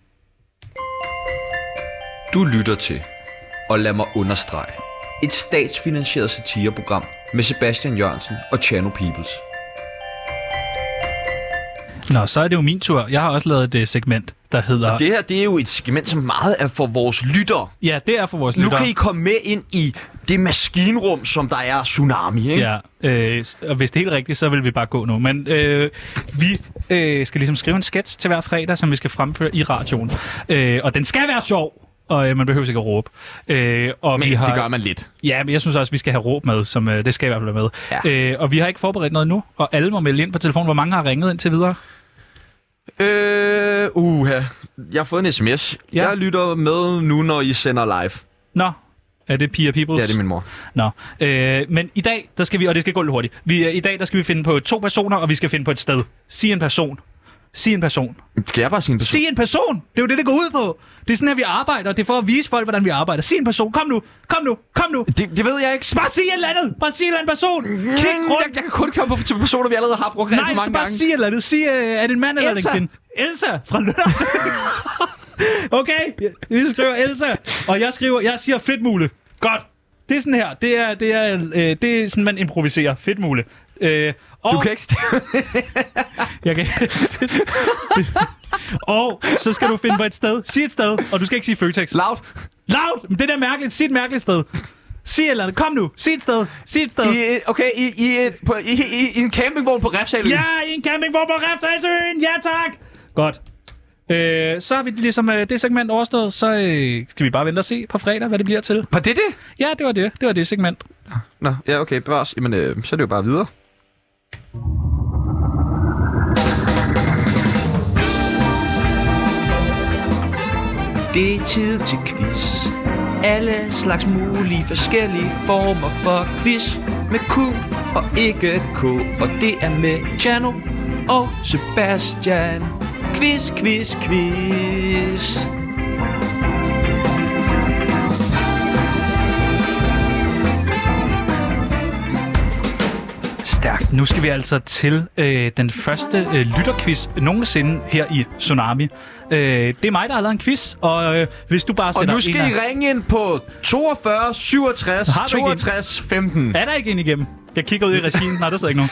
Du lytter til, og lad mig understrege, et statsfinansieret satireprogram med Sebastian Jørgensen og Chano Peoples.
Nå, så er det jo min tur. Jeg har også lavet et uh, segment, der hedder...
Det her, det er jo et segment, som meget er for vores lyttere.
Ja, det er for vores
Nu
lyttere.
kan I komme med ind i det maskinrum, som der er tsunami, ikke?
Ja, øh, s- og hvis det er helt rigtigt, så vil vi bare gå nu. Men øh, vi øh, skal ligesom skrive en sketch til hver fredag, som vi skal fremføre i radioen. Øh, og den skal være sjov, og øh, man behøver ikke at råbe. Øh, og
Men
vi har,
det gør man lidt.
Ja, men jeg synes også, vi skal have råb med, som øh, det skal i hvert fald være med.
Ja.
Øh, og vi har ikke forberedt noget nu, og alle må melde ind på telefonen. Hvor mange har ringet indtil videre?
Øh, uha. Jeg har fået en sms.
Ja.
Ja. Jeg lytter med nu, når I sender live.
Nå, er det Pia Peoples?
Det er det, min mor.
Nå, øh, men i dag, der skal vi, og det skal gå lidt hurtigt. Vi, øh, I dag, der skal vi finde på to personer, og vi skal finde på et sted. Sig en person. Sig en person.
Skal jeg bare sige en person?
Sig en person! Det er jo det, det går ud på. Det er sådan her, vi arbejder. Det er for at vise folk, hvordan vi arbejder. Sig en person. Kom nu. Kom nu. Kom nu.
Det, det ved jeg ikke.
Bare sig et eller andet. Bare sig en eller anden person. Kig
Mm, Jeg,
rundt.
jeg kan kun komme på til personer, vi allerede har brugt
Nej,
rigtig
så
mange
bare
gange.
sig et eller andet. Sig, øh, er det en mand eller er det
Elsa.
en kvinde? Elsa fra Lønner. okay, vi skriver Elsa, og jeg skriver, jeg siger fedt mule. Godt. Det er sådan her. Det er, det er, øh, det er sådan, man improviserer. Fedt mule. Øh, og
Du kan ikke stemme.
Jeg kan... og så skal du finde på et sted. Sig et sted, og du skal ikke sige Føtex.
Loud.
Loud! Men det der mærkeligt. Sig et mærkeligt sted. Sig et eller andet. Kom nu. Sig et sted. Sig et sted.
I, et- okay, i, i, et, på, i, i, i en campingvogn på Refsalen.
Ja, i en campingvogn på Reftalsøen. Ja, tak. Godt. Øh, så har vi ligesom øh, det segment overstået, så øh, skal vi bare vente og se på fredag, hvad det bliver til.
Var det det?
Ja, det var det. Det var det segment.
Nå, ja, okay, bevares. Jamen, øh, så er det jo bare videre.
Det er tid til quiz. Alle slags mulige forskellige former for quiz. Med Q og ikke K. Og det er med Chano og Sebastian. Quiz, quiz, quiz.
Stærkt. Nu skal vi altså til øh, den første øh, lytterquiz nogensinde her i Tsunami. Øh, det er mig, der har lavet en quiz, og øh, hvis du bare
Og
sætter
nu skal
en af-
I ringe ind på 42 67
Har du ikke en?
62 15.
Er der ikke en igennem? Jeg kigger ud i regien. Nej, der sidder ikke nogen.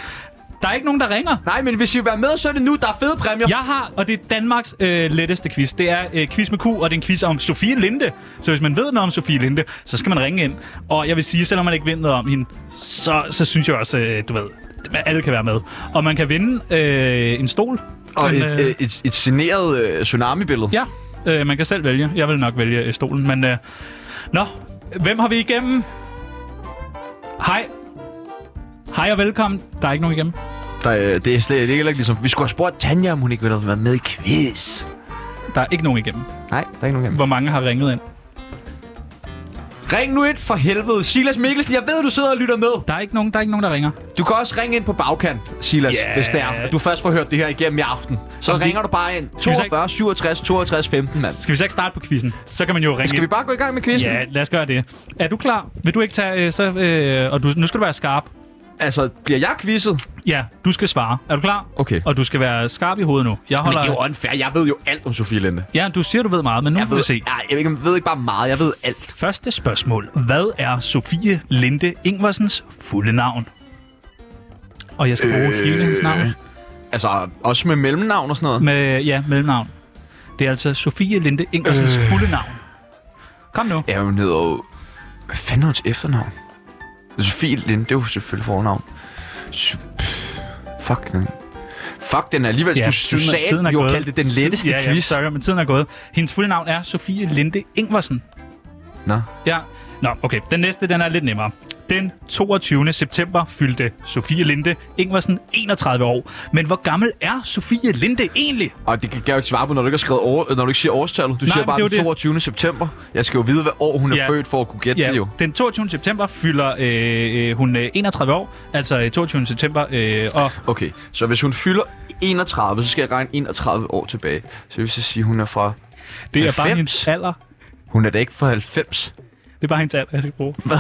Der er ikke nogen, der ringer.
Nej, men hvis I vil være med, så er det nu. Der er fede præmier.
Jeg har, og det er Danmarks øh, letteste quiz. Det er øh, quiz med Q, og det er en quiz om Sofie Linde. Så hvis man ved noget om Sofie Linde, så skal man ringe ind. Og jeg vil sige, selvom man ikke ved noget om hende, så, så synes jeg også, øh, du ved, alle kan være med. Og man kan vinde øh, en stol.
Og
Men,
et, øh, et, et generet øh, tsunami-billede.
Ja, øh, man kan selv vælge. Jeg vil nok vælge øh, stolen, men... Øh, nå, hvem har vi igennem? Hej. Hej og velkommen. Der er ikke nogen igennem.
Der, øh, det er slet det er heller ikke ligesom... Vi skulle have spurgt Tanja, om hun ikke ville have været med i quiz.
Der er ikke nogen igennem.
Nej, der er ikke nogen hjemme.
Hvor mange har ringet ind?
Ring nu ind for helvede. Silas Mikkelsen, jeg ved, du sidder og lytter med.
Der er ikke nogen, der, er ikke nogen, der ringer.
Du kan også ringe ind på bagkant, Silas,
Ja.
yeah. hvis det er. at Du først får hørt det her igennem i aften. Så
Jamen, vi-
ringer du bare ind.
vi så ikke-
42 67 62 15, mand.
Skal vi så ikke starte på quizzen? Så kan man jo ringe
Skal vi bare gå i gang med quizzen?
Ja, lad os gøre det. Er du klar? Vil du ikke tage... Øh, så, øh, og du, nu skal du være skarp.
Altså, bliver jeg quizzet?
Ja, du skal svare. Er du klar?
Okay.
Og du skal være skarp i hovedet nu. Jeg
Men
holder...
det er jo unfair. Jeg ved jo alt om Sofie Linde.
Ja, du siger, du ved meget, men nu
Jeg
vil
ved,
vi se.
Ej, jeg, ved ikke, jeg ved ikke bare meget. Jeg ved alt.
Første spørgsmål. Hvad er Sofie Linde Ingversens fulde navn? Og jeg skal bruge øh... hele hendes navn.
Altså, også med mellemnavn og sådan noget.
Med, ja, mellemnavn. Det er altså Sofie Linde Ingersens øh. fulde navn. Kom nu.
Ja, hun hedder jo... Hvad fanden er hendes efternavn? Sofie Linde, det er jo selvfølgelig fornavn. Sy- Fuck den. Fuck den er alligevel. Ja, du, du sagde, at vi jo kaldte det den
Tiden-
letteste
ja, Ja,
quiz.
sorry, men tiden er gået. Hendes fulde navn er Sofie Linde Ingvarsen.
Nå.
Ja. Nå, okay. Den næste, den er lidt nemmere. Den 22. september fyldte Sofie Linde Ingvarsen 31 år. Men hvor gammel er Sofie Linde egentlig?
Og det kan jeg jo ikke svare på, når du ikke, har skrevet over, når du ikke siger årstallet. Du
Nej,
siger
men det er
bare
jo
den
det.
22. september. Jeg skal jo vide, hvad år hun er
Ja.
født, for at kunne gætte det jo.
den 22. september fylder øh, øh, hun øh, 31 år. Altså øh, 22. september. Øh, og
Okay, så hvis hun fylder 31, så skal jeg regne 31 år tilbage. Så det vil så sige, hun er fra...
det er bare
90.
hendes alder.
Hun er da ikke fra 90.
Det er bare hendes alder, jeg skal bruge. Hvad?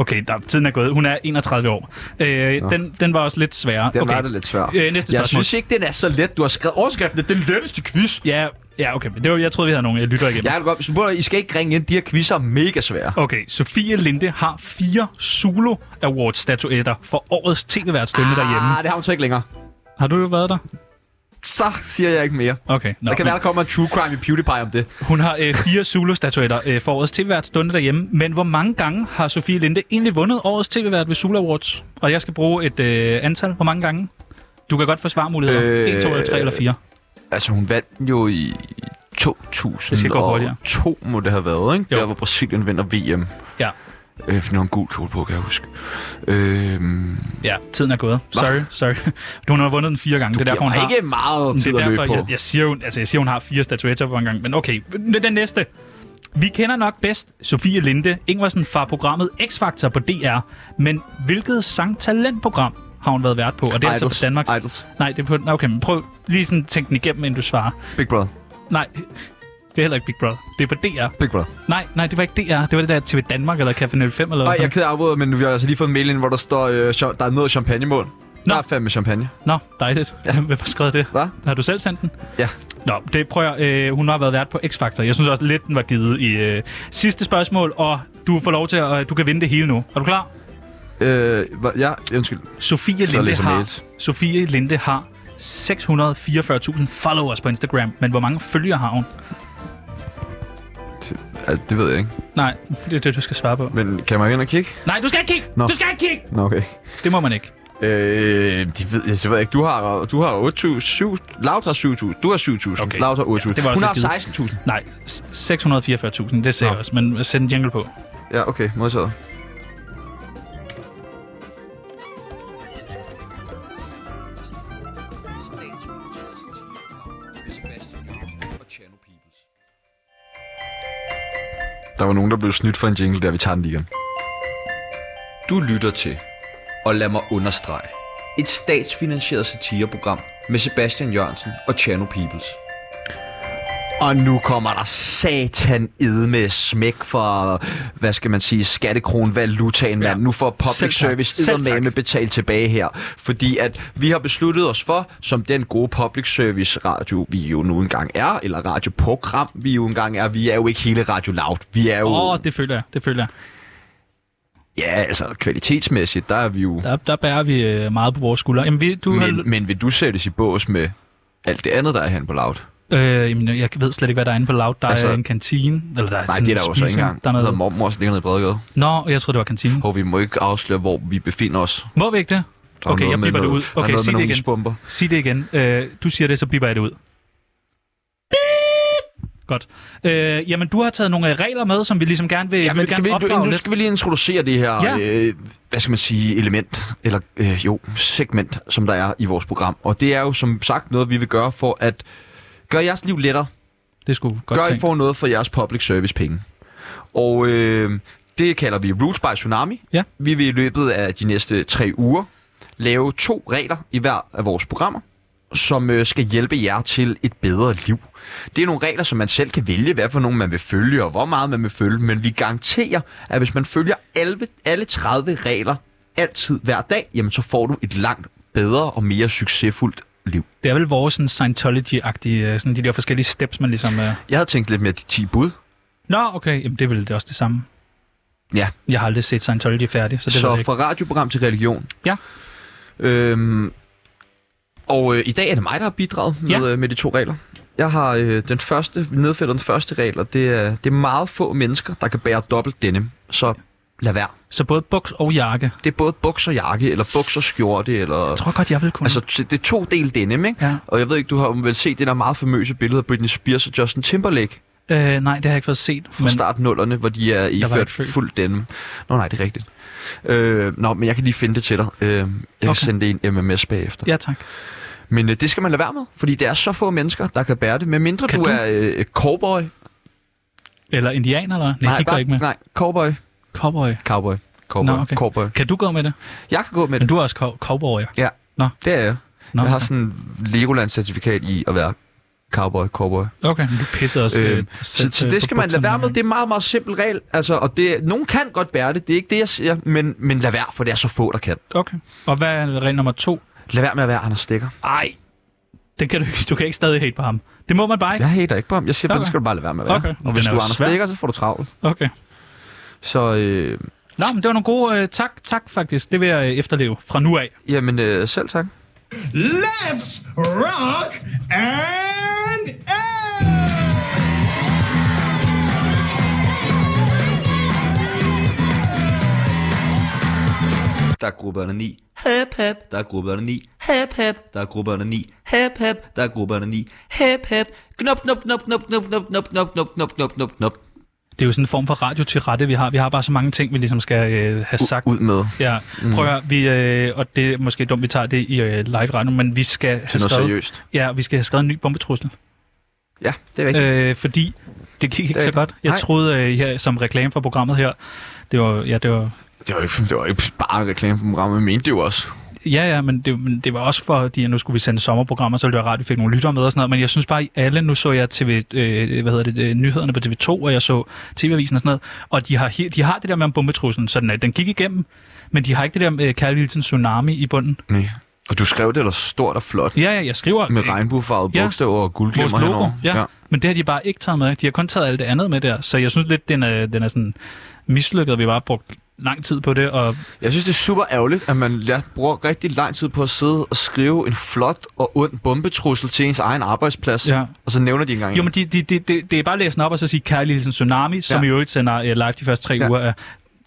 Okay, der, tiden er gået. Hun er 31 år. Øh, den, den var også lidt sværere.
Den
okay.
okay. var det lidt svært.
Øh, næste
jeg
spørgsmål.
synes ikke, den er så let. Du har skrevet overskriften. Det er den letteste quiz.
Ja, ja okay. Men det var, jeg troede, vi havde nogle øh, lytter igennem.
Jeg er godt. Så prøv at- I skal ikke ringe ind. De her quizzer er mega svære.
Okay, Sofie Linde har fire Zulu Awards-statuetter for årets tv-vært stående derhjemme.
Ah, det har hun så ikke længere.
Har du jo været der?
Så siger jeg ikke mere.
Okay, nå,
Der kan
men
være, der kommer en true crime i PewDiePie om det.
hun har øh, fire Zulu-statuetter øh, for årets tv-vært stående derhjemme. Men hvor mange gange har Sofie Linde egentlig vundet årets tv-vært ved Zulu Awards? Og jeg skal bruge et øh, antal. Hvor mange gange? Du kan godt få svarmuligheder.
Øh,
1, 2, eller 3 eller 4.
Altså, hun vandt den jo i
Det skal gå hurtigere.
2002, må det have været, ikke?
Jo.
Der, hvor Brasilien vinder VM.
Ja.
Øh, fordi hun har en gul kjole på, kan jeg huske. Øhm, Øh,
Ja, tiden er gået. Sorry, sorry. Hun har vundet den fire gange. Du det er derfor, hun har...
ikke meget tid
det er
at løbe på.
derfor, jeg, jeg, siger, hun, altså, jeg siger, hun har fire statuetter på en gang. Men okay, N- den næste. Vi kender nok bedst Sofie Linde Ingvarsen fra programmet X-Factor på DR. Men hvilket sangtalentprogram har hun været vært på? Og det er altså på Danmarks...
Idols.
Nej, det er på... Nå, Okay, men prøv lige sådan at tænke den igennem, inden du svarer.
Big Brother.
Nej, det er heller ikke Big Brother. Det er på DR.
Big Brother.
Nej, nej, det var ikke DR. Det var det der TV Danmark eller Café 05 eller
Nej,
noget.
jeg er ked af at afbryde, men vi har altså lige fået en mail ind, hvor der står, øh, cha- der er noget champagnemål. Der er fandme champagne.
Nå, dejligt. Ja. Hvem har skrevet det?
Hvad?
Har du selv sendt den?
Ja.
Nå, det prøver jeg. Øh, hun har været vært på X-Factor. Jeg synes også lidt, den var givet i øh, sidste spørgsmål, og du får lov til at, øh, du kan vinde det hele nu. Er du klar?
Øh, hva- ja, undskyld.
Sofie
Så
Linde
læser
har,
mails.
Sofie Linde har 644.000 followers på Instagram, men hvor mange følgere har hun?
Altså, det ved jeg ikke.
Nej, det er det, du skal svare på.
Men kan man gå ind og kigge?
Nej, du skal ikke kigge!
Nå.
Du skal ikke kigge!
Nå, okay.
Det må man ikke.
Øh, de ved, jeg ved jeg ikke. Du har, du har 8.000, 7, Lautra 7.000, du har 7.000, okay.
Okay.
Lautra
Ja,
8.000.
det var også
hun har
lidt givet.
16.000.
Nej, s- 644.000, det sagde
Nå.
jeg også, men øh, send en jingle på.
Ja, okay, modtaget. Der var nogen, der blev snydt for en jingle, der vi tager den lige igen.
Du lytter til, og lad mig understrege, et statsfinansieret satireprogram med Sebastian Jørgensen og Chano Peoples.
Og nu kommer der satan ed med smæk for, hvad skal man sige, skattekron, valutaen, mand.
Ja.
Nu får public
Selv tak.
service
Selv
eddermame
tak.
betalt tilbage her. Fordi at vi har besluttet os for, som den gode public service radio, vi jo nu engang er, eller radioprogram, vi jo engang er, vi er jo ikke hele Radio Loud. Vi er jo,
Åh,
oh.
oh, det føler jeg, det føler jeg.
ja altså kvalitetsmæssigt, der er vi jo.
Der, der bærer vi øh, meget på vores skuldre. Jamen, vi, du har-
Men, men vil du sættes i bås med alt det andet, der er hen på Loud?
Øh, jamen, jeg ved slet ikke, hvad der er inde på Loud. Der altså,
Altså-
er en kantine. Eller der er
Nej,
sådan
det er der jo så
spisning.
ikke engang.
Der er
Der hedder
noget...
mormor, som ligger nede i Bredegade.
Nå, jeg tror det var kantinen.
Hvor vi må ikke afsløre, hvor vi befinder os.
Må vi ikke det?
Der er
Okay,
noget
jeg
med
bipper det ud.
noget- der er
Okay,
noget
sig
med
det
nogle
igen.
isbomber.
Sig det igen. Øh, du siger det, så bipper jeg det ud. Godt. Øh, jamen, du har taget nogle øh, regler med, som vi ligesom gerne vil,
Ja,
vi
men
vil
kan
gerne
vi,
opdrage
du, nu
lidt.
skal vi lige introducere det her,
Ja.
øh, hvad skal man sige, element, eller øh, jo, segment, som der er i vores program. Og det er jo som sagt noget, vi vil gøre for at gøre jeres liv lettere.
Det skulle godt
Gør, I
tænkt.
får noget for jeres public service penge. Og øh, det kalder vi Roots by Tsunami.
Ja.
Vi vil i løbet af de næste tre uger lave to regler i hver af vores programmer, som øh, skal hjælpe jer til et bedre liv. Det er nogle regler, som man selv kan vælge, hvad for nogle man vil følge, og hvor meget man vil følge, men vi garanterer, at hvis man følger alle, alle 30 regler altid hver dag, jamen så får du et langt bedre og mere succesfuldt liv.
Det er vel vores sådan, Scientology-agtige, øh, sådan de der forskellige steps, man ligesom... Øh...
Jeg havde tænkt lidt mere de 10 bud.
Nå, okay, jamen, det er vel det også det samme.
Ja,
Jeg har aldrig set Scientology færdig, så det så ved jeg
Så
ikke.
fra radioprogram til religion.
Ja.
Øhm, Og øh, i dag er det mig, der har bidraget med,
Ja.
ja. øh, med de to regler. Jeg har øh, den første, nedfældet den første regel, og det er, det er meget få mennesker, der kan bære dobbelt denim. Så lad være.
Så både buks og jakke.
Det er både bukser jakke, eller bukser skjorte, eller...
Jeg tror godt, jeg vil kunne.
Altså, t- det er to del denim, ikke?
Ja.
Og jeg ved ikke, du har vel set det der meget famøse billede af Britney Spears og Justin Timberlake
øh, nej, det har jeg ikke fået set.
fra start nullerne, hvor de er iført
ikke født.
fuld denim. Nå nej, det er rigtigt. Øh, nå, men jeg kan lige finde det til dig. Øh, jeg kan
Okay.
sende det i en MMS bagefter.
Ja, tak.
Men øh, det skal man lade være med, fordi det er så få mennesker, der kan bære det. Med mindre
Kan
du,
du?
er øh, cowboy. Nej,
Eller indianer, eller? Nej, nej de går ikke med.
Nej, cowboy.
Cowboy.
Cowboy. Cowboy.
Nå, okay.
cowboy.
Kan du gå med det?
Jeg kan gå med
Men
det.
du er også cow- cowboy. ja.
Ja,
Nå.
det er jeg.
Nå,
jeg har sådan en Legoland-certifikat i at være cowboy, cowboy.
Okay, men du pissede også.
Øh,
Øh,
Så, så det skal man lade være med. Det er en meget, meget simpel regel. Altså, og det, nogen kan godt bære det, det er ikke det, jeg siger, men, men lad være, for det er så få, der kan.
Okay. Og hvad er regel nummer to?
Lad være med at være Anders Stikker.
Ej, det kan du, ikke- du kan ikke stadig hate på ham. Det må man bare ikke.
Jeg hater ikke på ham. Jeg siger, okay. den
Okay.
skal du bare lade være med at være.
Okay.
Og
Den
hvis
er
du
jo
er Anders
svær.
Stikker, så får du travlt.
Okay.
Så øh,
Nå, men det var nogle gode... Øh, tak, tak faktisk. Det vil jeg øh, efterleve fra nu af.
jamen, øh, selv tak.
Let's rock and air!
Der er grupperne 9. Hep hep, der er grupperne 9. Hep hep, der er grupperne 9. Hep hep, der er grupperne 9. Hep hep. Knop knop knop knop knop knop knop knop knop knop knop knop knop.
Det er jo sådan en form for radiotirette, vi har. Vi har bare så mange ting, vi ligesom skal øh, have sagt.
Ud med.
Ja,
mm.
prøv at høre, vi, øh, og det er måske dumt, vi tager det i øh, live radio, men vi skal have
noget
skrevet,
seriøst.
Ja, vi skal have skrevet en ny bombetrussel,
Ja, det er rigtigt.
øh, fordi det gik ikke
er
så
ikke-
godt. Jeg
nej.
troede, øh, her, som reklame for programmet her, det var, ja, det var,
Det var, ikke, det var ikke bare en reklame for programmet, men mente det jo også.
ja, ja, men det, men det var også fordi, at nu skulle vi sende sommerprogrammer, så ville det være rart, at vi fik nogle lyttere med og sådan noget, men jeg synes bare, i alle, nu så jeg TV, øh, hvad hedder det, øh, nyhederne på TV2, og jeg så TV-avisen og sådan noget, og de har, he- de har det der med om bombetruslen, så den, er- den gik igennem, men de har ikke det der øh, kærlighed til en tsunami i bunden.
Nej. Og du skrev det der stort og flot.
Ja, ja, jeg skriver...
Med
øh,
regnbuefarvede
ja.
bogstaver og
Vores
guldglimmer
logo,
henover.
ja. ja. Men det har de bare ikke taget med. De har kun taget alt det andet med der. Så jeg synes lidt, den er, den er sådan mislykket. Vi har bare brugt lang tid på det. Og
Jeg synes, det er super ærgerligt, at man ja, bruger rigtig lang tid på at sidde og skrive en flot og ond bombetrussel til ens egen arbejdsplads.
Ja.
Og så nævner de ikke engang
jo,
en.
men de, de, de, de, det er bare at læse den op og så sige Kærlig Hilsen Tsunami, som
Ja.
i øvrigt sender uh, live de første tre
Ja.
ja. uger.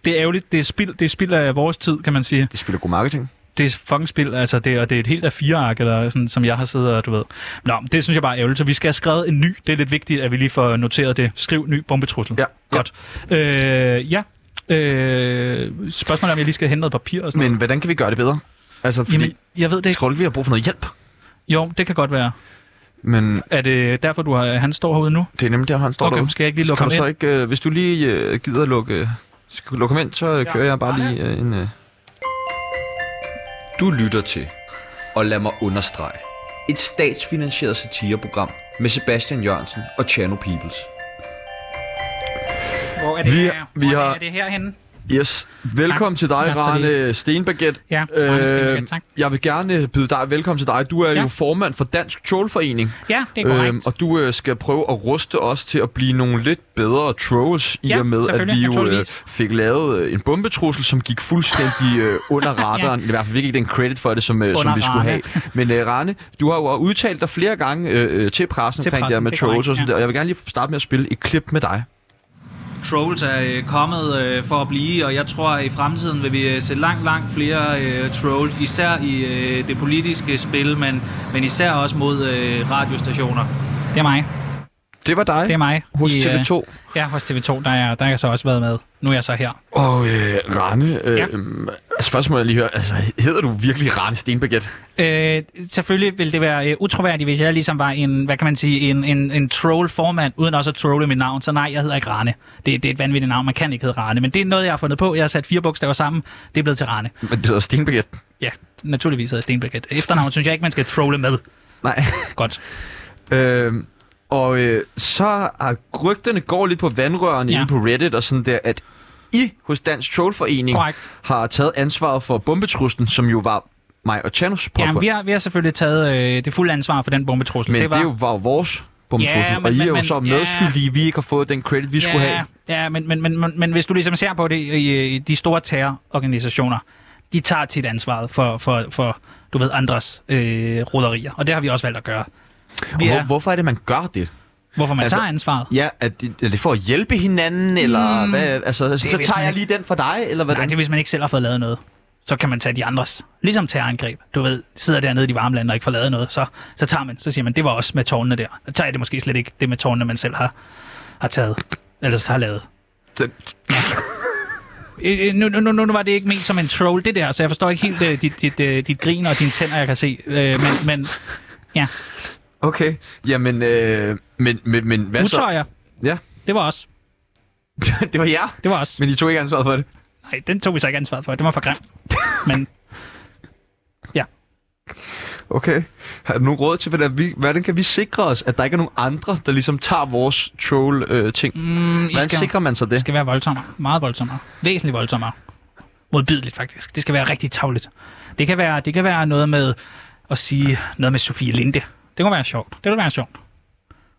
Det er ærgerligt. Det er, spild, det er spild af vores tid, kan man sige.
Det spiller god marketing.
Det er fucking spild, altså det, og det er et helt af fire ark, eller sådan, som jeg har siddet og du ved. Nå, men det synes jeg bare er ærgerligt. Så vi skal have skrevet en ny. Det er lidt vigtigt, at vi lige får noteret det. Skriv ny bombetrussel.
Ja.
Godt. Øh, ja. Øh, spørgsmålet er, om jeg lige skal hente noget papir og sådan
Men hvordan kan vi gøre det bedre? Altså, fordi...
Jamen,
Jamen,
jeg ved det ikke.
Tror du ikke, vi har brug for noget hjælp?
Jo, det kan godt være.
Men
Er det derfor, du har, han står herude nu?
det er nemlig der, han står
Okay,
derude.
skal jeg ikke lige
Så
lukke
kan
ham
du så
ind?
ikke, øh, hvis du lige øh, gider lukke, skal lukke ham ind, så øh, kører jeg bare lige øh, en... Øh.
Du lytter til, og lad mig understrege, et statsfinansieret satireprogram med Sebastian Jørgensen og Chano Peoples.
Hvor er
det Vi- her? vi Hvor har- er
det herhenne?
Yes. Velkommen tak.
Tak.
til dig,
Ja, tak
Rane Stenbaguette. Øh,
Ja, Rane
Øh,
Stenbaguette, tak.
Jeg vil gerne byde dig velkommen til dig. Du er ja.
Ja.
jo formand for Dansk Trollforening.
Ja, det
øhm,
og du øh, skal prøve at ruste os til at blive nogle lidt bedre trolls, i
Ja,
og med, at
selvfølgelig,
vi jo øh,
naturligvis.
fik lavet øh, en bombetrussel, som gik fuldstændig øh, under radaren. ja. I hvert fald fik ikke den credit for det, som, øh, som
Under
vi skulle have.
radaren.
Men øh, Rane, du har jo udtalt dig flere gange øh, øh, til pressen
Til
omkring det her
pressen,
med
det er
trolls
korrekt,
og sådan
ja.
der. Og jeg vil gerne lige starte med at spille et klip med dig.
Trolls er øh, kommet øh, for at blive, og jeg tror, at i fremtiden vil vi øh, se langt, langt flere øh, trolls, især i øh, det politiske spil, men, men især også mod øh, radiostationer.
Det er mig.
Det var dig
Det er mig.
hos
I, øh,
TV2.
Ja, hos TV2, der er, jeg- der har jeg så også været med. Nu er jeg så her.
Og øh, Rane, øh, ja.
Ja.
altså først må jeg lige høre, altså hedder du virkelig Rane Stenbaguette?
Øh, selvfølgelig ville det være øh, utroværdigt, hvis jeg ligesom var en, hvad kan man sige, en, en, en troll-formand, uden også at trolle mit navn. Så nej, jeg hedder ikke Rane. Det, det er et vanvittigt navn, man kan ikke hedde Rane. Men det er noget, jeg har fundet på. Jeg har sat fire bogstaver sammen. Det er blevet til Rane.
Men det hedder Stenbaguette.
Ja, naturligvis hedder jeg Stenbækket. Efternavn synes jeg ikke, man skal trolle med.
Nej.
Godt.
Øhm, og øh, så er rygterne går lidt på vandrørene ja.
Ja.
inde på Reddit og sådan der, at I hos Dansk Trollforening
Korrekt.
har taget ansvaret for bombetrusten, som jo var mig og Chanos
Ja,
påfund.
vi har, vi har selvfølgelig taget øh, det fulde ansvar for den bombetrussel.
men det, var... det jo var jo vores bombetrussel,
Ja,
ja,
men-
og I er
men-
jo
men-
så
ja.
medskyldige, vi ikke har fået den credit, vi
ja,
skulle have.
Ja, men, men, men, men, men hvis du ligesom ser på det, i, i de store terrororganisationer, de tager tit ansvaret for, for, for du ved, andres øh, roderier. Og det har vi også valgt at gøre. Vi
Hvor,
er,
hvorfor er det, man gør det?
hvorfor man
altså-
tager ansvaret.
Ja, er det, er det for at hjælpe hinanden, eller mm, hvad? Altså, så, så
ved
tager
jeg
jeg lige den for dig, eller hvad?
Nej, det er, hvis man ikke selv har fået lavet noget. Så kan man tage de andres. Ligesom terrorangreb. Du ved, sidder dernede i de varme lande og ikke får lavet noget. Så, så tager man, så siger man, det var også med tårnene der. Så tager jeg det måske slet ikke, det med tårnene, man selv har, har taget. Eller så har lavet. Øh, øh, nu, nu, nu, nu var det ikke ment som en troll, det der, så jeg forstår ikke helt øh, dit, dit, øh, dit grin og dine tænder, jeg kan se. Øh, men, men
Okay, jamen, øh, men, men, men hvad så?
utøjer,
Ja.
det var os.
det var jer,
Det var os.
men I tog ikke ansvaret for det.
Nej, den tog vi så ikke ansvaret for. Det var for grim. Men
Okay. Har du nogen råd til, hvordan, vi, hvordan kan vi sikre os, at der ikke er nogen andre, der ligesom tager vores troll-ting? Øh,
mm, I
hvordan
skal,
sikrer man sig
det
det?
skal være voldsommere. Meget voldsommere. Væsentligt voldsommere. Modbydeligt, faktisk. Det skal være rigtig tavligt. Det kan være, det kan være noget med at sige noget med Sofie Linde. Det kunne være sjovt. Det ville være sjovt.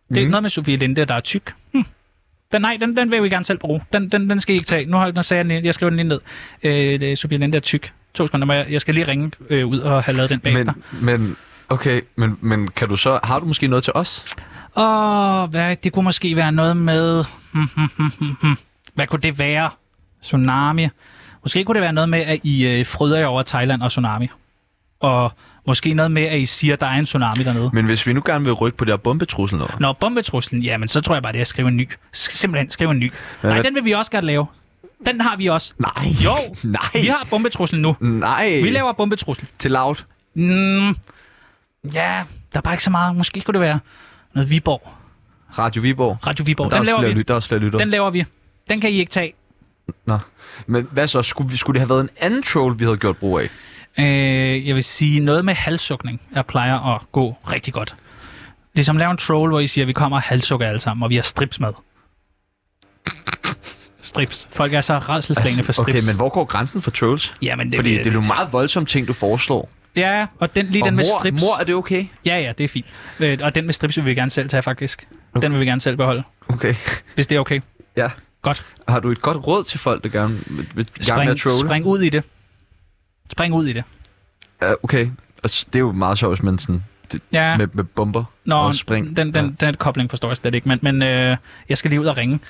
Det er noget med Sofie Linde, der er tyk. Hm. Den, nej, den, den vil vi gerne selv bruge. Den, den, den skal I ikke tage. Nu, har, nu sagde jeg, den, lige- jeg skriver den lige ned. Øh, det er Sofie Linde er tyk. To sekunder, må jeg, jeg skal lige ringe øh, ud og have lavet den bagefter.
Men, men, okay, men, men kan du så, har du måske noget til os?
Åh, hvad, det kunne måske være noget med... hmm, hvad kunne det være? Tsunami. Måske kunne det være noget med, at I øh, fryder jer over Thailand og tsunami. Og måske noget med, at I siger, at der er en tsunami dernede.
Men hvis vi nu gerne vil rykke på det her bombetrussel noget.
Nå, bombetruslen, jamen så tror jeg bare, det er at skrive en ny. S- simpelthen, skrive en ny. Nej, den vil vi også godt lave. Den har vi også.
Nej.
Jo,
Nej.
vi har bombetruslen nu.
Nej.
Vi laver bombetruslen.
til loud.
Mm, ja, der er bare ikke så meget. Måske skulle det være noget Viborg.
Radio Viborg.
Radio Viborg.
Der er,
Den
også
laver
flere,
vi.
lyt, der er også flere lytter.
Den laver vi. Den kan I ikke tage.
Nå. Men hvad så? Skulle, vi- skulle det have været en anden troll, vi havde gjort brug af?
Øh, jeg vil sige, noget med halssukning jeg plejer at gå rigtig godt. Ligesom lave en troll, hvor I siger, at vi kommer og halssukker alle sammen, og vi har strips med. Strips. Folk er så redselslagende for
Altså, okay,
strips.
men hvor går grænsen for trolls?
Jamen, det,
Fordi det, er jo
det,
meget voldsomme ting, du foreslår.
Ja, og den, lige
Og
den med
mor,
strips.
mor, er det okay?
Ja, ja, det er fint. Øh, og den med strips vil vi gerne selv tage, faktisk. Den vil vi gerne selv beholde,
Okay.
hvis det er okay.
Ja.
Godt.
Har du et godt råd til folk, der gerne vil, vil gerne med at
Spring,
trolle?
spring ud i det. Spring ud i det.
Ja, okay. Altså, det er jo meget sjovt, hvis man sådan... Det,
Ja.
ja. med, med bomber
Nå,
og spring.
Den, den, den kobling forstår jeg slet ikke, men, men øh, jeg skal lige ud og ringe.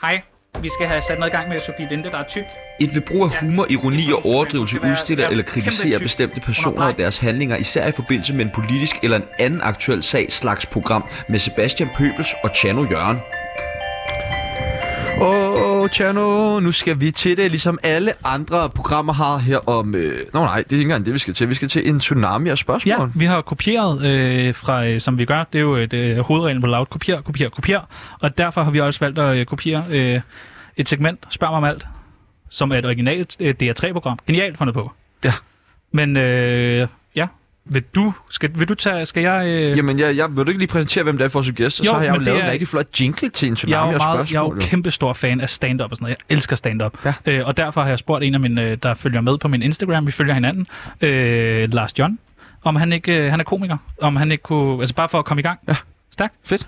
Hej, vi skal have sat noget i gang med Sofie Linde, der er tyk.
Et ved brug af humor, ironi og overdrivelse
Det skal være-
udstiller
ja,
eller
kæmpe
kritiserer
tyk.
bestemte personer
Underpleje.
og deres handlinger, især i forbindelse med en politisk eller en anden aktuel sag slags program med Sebastian Pøbels og Chano Jørgen.
Åh, oh, Tjerno, nu skal vi til det, ligesom alle andre programmer har her om... Øh... Nå nej, det er ikke engang det, vi skal til. Vi skal til en tsunami af spørgsmål.
Ja, vi har kopieret øh, fra, øh, som vi gør, det er jo øh, det, er hovedreglen på Loud, kopier, kopier, kopier, og derfor har vi også valgt at øh, kopiere øh, et segment, Spørg mig om alt, som er et originalt øh, DR3-program. Genialt fundet på.
Ja.
Men øh, ja, vil du, skal, vil du tage, skal jeg... Øh,
Jamen, jeg, jeg vil du ikke lige præsentere, hvem det er for vores gæst, og
Jo,
så har jeg jo
men det
lavet en
er-
rigtig flot jingle til en
jeg er
tsunami af
jo, meget, jeg er jo
spørgsmål.
kæmpe stor fan af stand-up og sådan noget. Jeg elsker stand-up.
Ja.
Øh, og derfor har jeg spurgt en af mine, øh, der følger med på min Instagram, vi følger hinanden, øh, Lars John, om han ikke, øh, han er komiker, om han ikke kunne, altså bare for at komme i gang. Ja. Stærkt.
Fedt.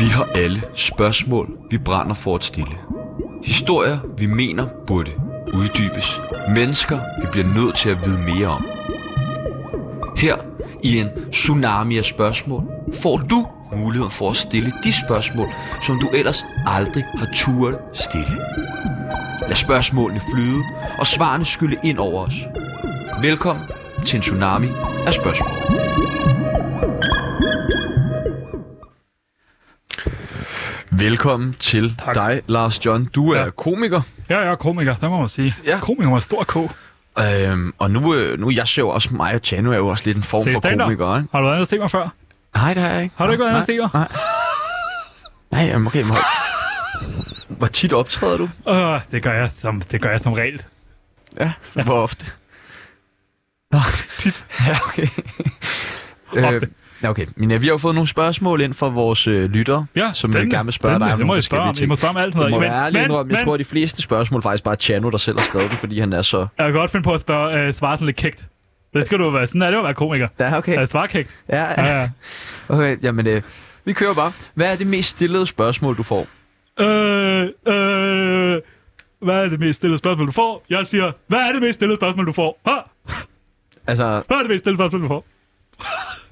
Vi har alle spørgsmål, vi brænder for at stille. Historier, vi mener burde uddybes. Mennesker, vi bliver nødt til at vide mere om. Her i en tsunami af spørgsmål får du muligheden for at stille de spørgsmål, som du ellers aldrig har turet stille. Lad spørgsmålene flyde, og svarene skylle ind over os. Velkommen til en tsunami af spørgsmål.
Velkommen til tak. dig, Lars John. Du er ja. komiker,
Ja, jeg er komiker, det må man sige.
Ja.
Komiker med stor K.
øhm, og nu, øh, nu jeg ser jo også mig og Tjerno er jo også lidt en form for komiker, ikke?
Har du været andet mig før?
Nej, det har jeg ikke.
Har du ikke været andet stikker?
Nej, jamen, okay, men hold. Hvor tit optræder du?
Øh, det gør jeg som, det gør jeg som regel.
Ja, hvor ofte? Nå, tit. Ja, okay. Øh,
Ofte.
ja, okay. Men ja, vi har jo fået nogle spørgsmål ind fra vores øh, lyttere,
Ja,
som jeg
spændende.
gerne vil spørge dig
Spændende.
om
Det må
nogle
I
forskellige
spørge om. I
ting.
må spørge om alt, hedder
Jeg
I.
må
Men-
være ærlig
men-
indrømme, jeg
men-
tror, at de fleste spørgsmål faktisk bare er Tjerno, der selv har skrevet det, fordi han er så...
Jeg kan godt finde på at spørge, øh, svare sådan lidt kægt. Altså, Det skal du jo være. Sådan er det jo at være komiker.
Ja, okay.
svare kægt.
Ja, okay. Jamen, øh, Vi kører bare. Hvad er det mest stillede spørgsmål, du får?
Øh, øh, hvad er det mest stillede spørgsmål, du får? Jeg siger, hvad er det mest stillede spørgsmål, du får? Ha?
Altså,
Hvad er det mest stillede spørgsmål, du får?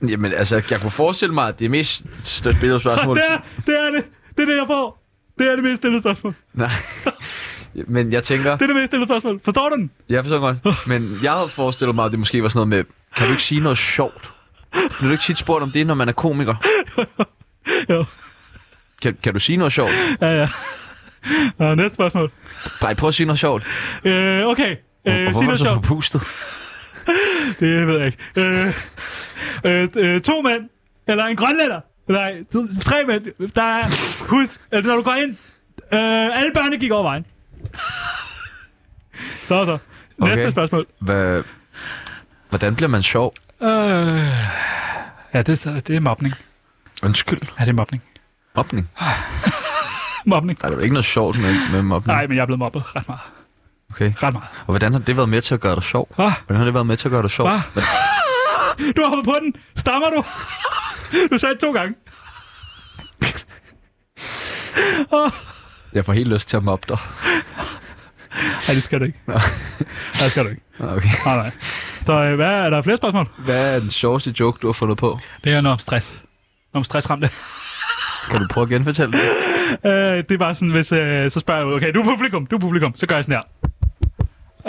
jamen, altså, jeg kunne forestille mig, at det mest største billede
Ha,
spørgsmål...
det, er, det er det. Det er det, jeg får. Det er det mest stillede spørgsmål.
Nej. Men jeg tænker,
Det er det mest stillede spørgsmål. Forstår du den?
jeg forstår godt, men jeg havde forestillet mig, at det måske var sådan noget med, kan du ikke sige noget sjovt? Bliver du ikke tit spurgt om det, når man er komiker?
Jo.
Kan, kan du sige noget sjovt?
Ja, ja. Og næste spørgsmål.
Nej, prøv at sige noget sjovt.
Øh, okay. Øh, sig
Hvorfor er du
noget
så
sjovt.
forpustet?
Det ved jeg ikke. Øh, øh, øh, to mænd, eller en grønlænder. Nej, tre mænd. Der er, husk, at når du går ind, øh, alle børnene gik over vejen. Så så. Næste
Okay.
spørgsmål.
Hvad, hvordan bliver man sjov?
Øh, ja, det, er- det er mobning.
Undskyld.
Ja, det er mobning.
Mobning.
Mobning.
Der er jo ikke noget sjovt med, med mobning.
Nej, men jeg er blevet mobbet ret meget.
Okay.
Ret meget.
Og hvordan har det været med til at gøre dig sjov?
Hva?
Hvordan har det været med til at gøre dig sjov?
Hva? Du har hoppet på den. Stammer du? Du sagde det to gange.
Jeg får helt lyst til at mobbe dig.
Nej, det skal du ikke. Nej, det skal du ikke.
Nå, Ah, Okay.
Nej, nej. Så øh, hvad, er der flere spørgsmål?
Hvad er den sjoveste joke, du har fundet på?
Det er noget om stress. Noget om stressramte.
Kan du prøve at genfortælle det?
Øh, det er bare sådan, hvis øh, så spørger jeg, okay, du er publikum, du er publikum, så gør jeg sådan her.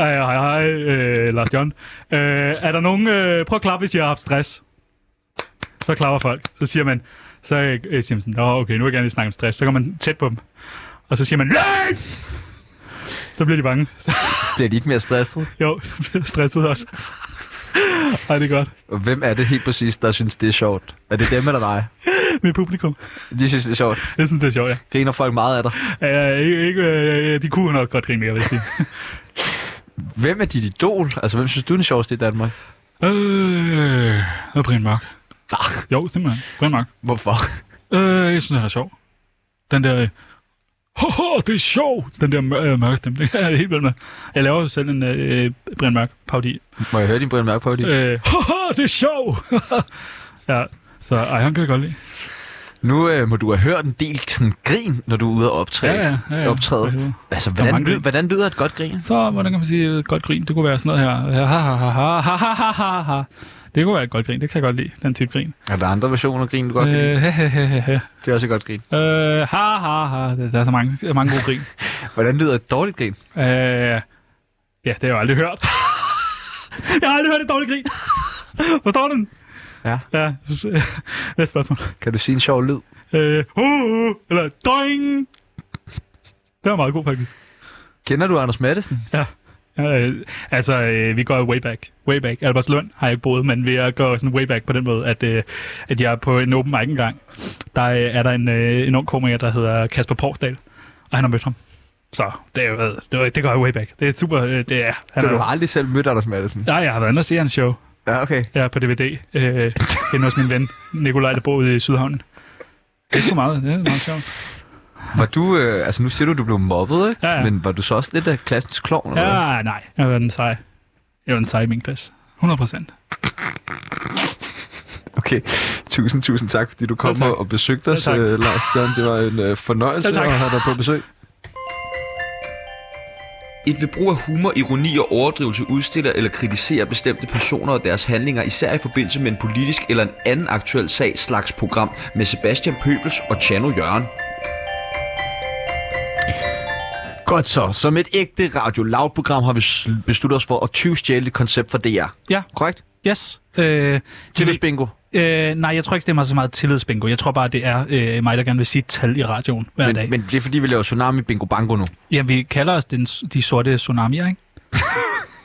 Hej, hej, hej, øh, Lars John. Øh, er der nogen, øh, prøv at klappe, hvis jeg har haft stress. Så klapper folk. Så siger man, så øh, siger man sådan, Nå, okay, nu vil jeg gerne lige snakke om stress. Så kommer man tæt på dem. Og så siger man, nej! Så bliver de bange. Så,
Bliver de ikke mere stresset?
jo, bliver stresset også. Ej, det er godt.
Og hvem er det helt præcis, der synes, det er sjovt? Er det dem eller dig?
Mit publikum.
De synes, det er sjovt.
Jeg synes, det er sjovt, ja.
Griner folk meget af dig.
Øh, ikke, ikke, øh, de kunne nok godt grine mere, vil jeg sige.
Hvem er dit idol? Altså, hvem synes du er den sjoveste i Danmark?
Øh, det er Brian Mørk. Ah. Jo, simpelthen. Brian Mørk.
Hvorfor?
Øh, jeg synes, han er sjov. Den der... øh, Haha, det er sjovt! Den der mør- øh, mørke stemme, det er jeg helt vildt med. Jeg laver jo selv en øh, Brian Mørk parodi.
Må jeg høre din Brian Mørk på det?
Øh, Haha, det er sjovt! ja, så ej, han kan jeg godt lide.
Nu øh, må du have hørt en del sådan, grin, når du er ude og optræde.
Ja, ja, ja, ja. For
Optræde.
helvede.
Altså,
er
hvordan,
mange
ly-
grin.
hvordan lyder et godt grin?
Så, hvordan kan man sige et godt grin? Det kunne være sådan noget her. Ha, ha, ha, ha, ha, ha, ha, ha. Det kunne være et godt grin, det kan jeg godt lide, den type grin.
Er der andre versioner af grin, du godt kan lide?
Øh, he, he, he, he, he.
Det er også et godt grin.
Øh, ha, ha, ha. Der er så mange, der er mange gode grin.
Hvordan lyder et dårligt grin?
Øh, ja, det har jeg jo aldrig hørt. jeg har aldrig hørt et dårligt grin. Forstår du den?
Ja.
Ja, næste spørgsmål.
Kan du sige en sjov lyd?
Øh, uh, uh, eller doing. Det var meget god, faktisk.
Kender du Anders Madsen?
Ja. Øh, altså, øh, vi går way back. Way back. Albertslund har jeg ikke boet, men vi er- går sådan way back på den måde, at, øh, at jeg er på en open mic engang. Der øh, er der en, øh, en ung komiker, der hedder Kasper Porsdal, og han har mødt ham. Så det, er jo- det, var- det går way back. Det er super, øh, det er... Han
Så
er-
du har aldrig selv mødt Anders Madsen?
Nej, jeg har været inde og se hans show.
Ja, okay.
Jeg er på DVD. Øh, inde hos min ven, Nikolaj, der bor ude i Sydhavnen. Det er sgu meget, det er meget sjovt.
Var du, øh, altså nu siger du, du blev mobbet, ikke?
Ja, ja.
Men var du så også lidt af klassens klovn? eller hvad?
Ja, nej, jeg var den sej. Jeg var den sej i min klasse. 100 procent.
Okay. Tusind, tusind tak, fordi du kom
Selv tak.
og- og besøgte os,
Selv tak.
øh, Lars John. Det var en øh, fornøjelse
Selv tak.
at have dig på besøg.
Et ved brug af humor, ironi og overdrivelse udstiller eller kritiserer bestemte personer og deres handlinger, især i forbindelse med en politisk eller en anden aktuel sag slags program med Sebastian Pøbels og Chano Jørgen.
Godt så. Som et ægte Radio Loud-program har vi sl- besluttet os for at 20 stjæle et koncept fra DR.
Ja.
Korrekt?
Yes. Øh,
Tillidsbingo.
øh, nej, jeg tror ikke, det er mig så meget tillidsbingo. Jeg tror bare, det er øh, mig, der gerne vil sige et tal i radioen hver dag.
Men, men det er fordi, vi laver Tsunami Bingo Bango nu.
Ja, vi kalder os den, de sorte tsunamier, ikke?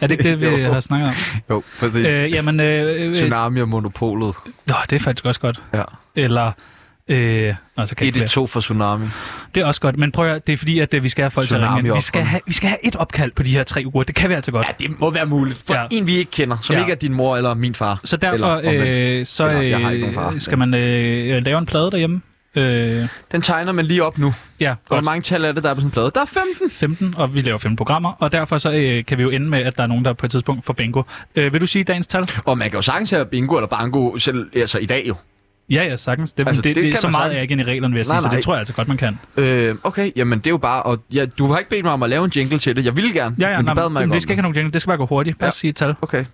er det ikke det, vi øh,
Jo.
har snakket om?
Jo, præcis. Øh,
Øh, jamen, øh, øh, øh,
Tsunami og Monopolet.
nå, det er faktisk også godt.
Ja.
Eller... Øh, nå, så kan jeg ikke
1-2 for Tsunami.
Det er også godt, men prøv at høre, det er fordi, at øh, vi skal have folk til at
Tsunami
ringe ind. Vi
opkald.
skal, have, vi skal have et opkald på de her tre uger, det kan vi altså godt.
Ja, det må være muligt. For
Ja.
ja. en, vi ikke kender, som
Ja.
ja. ikke er din mor eller min far.
Så derfor
Eller,
øh, så,
Eller, jeg har ikke nogen far.
øh, skal man øh, lave en plade derhjemme. Øh,
Den tegner man lige op nu.
ja,
Hvor
godt.
mange tal er det, der er på sådan en plade? Der er 15.
15, og vi laver 15 programmer, og derfor så øh, kan vi jo ende med, at der er nogen, der på et tidspunkt får bingo. Øh, vil du sige dagens tal?
Og man kan jo sagtens have bingo eller bango selv, altså i dag jo.
Ja, ja, sagtens. Det,
Altså,
altså, det,
det
det,
kan
så
man
meget
sagtens.
er jeg ikke inde i reglerne, vil jeg sige,
Nej,
så
nej.
det tror jeg altså godt, man kan.
Øh, okay, jamen det er jo bare... Og, ja, du har ikke bedt mig om at lave en jingle til det. Jeg ville gerne,
Ja, ja,
men
nej,
du bad mig
men
ikke om
det skal ikke have nogen jingle. Det skal bare gå hurtigt. Bare
Ja.
ja. sige et tal.
Okay.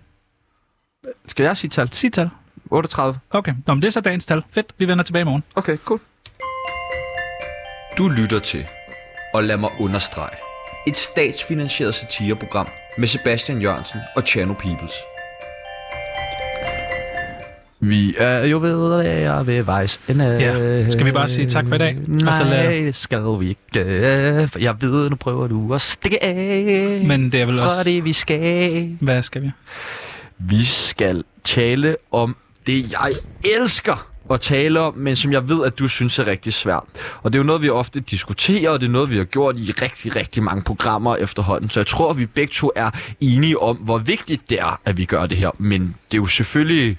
Skal jeg sige tal?
Sig et tal.
38.
Okay, Nå, men det er så dagens tal. Fedt, vi vender tilbage i morgen.
Okay, cool.
Du lytter til, og lad mig understrege, et statsfinansieret satireprogram med Sebastian Jørgensen og Chano Peoples.
Vi er jo ved at være ved vejs ende.
Ja, skal vi bare sige tak for i dag?
Nej,
Og så lad-
det skal vi ikke. For jeg ved, nu prøver du at stikke af.
Men det er vel
fra
også...
det, vi skal.
Hvad skal vi?
Vi skal tale om det, jeg elsker at tale om, men som jeg ved, at du synes er rigtig svært. Og det er jo noget, vi ofte diskuterer, og det er noget, vi har gjort i rigtig, rigtig mange programmer efterhånden. Så jeg tror, at vi begge to er enige om, hvor vigtigt det er, at vi gør det her. Men det er jo selvfølgelig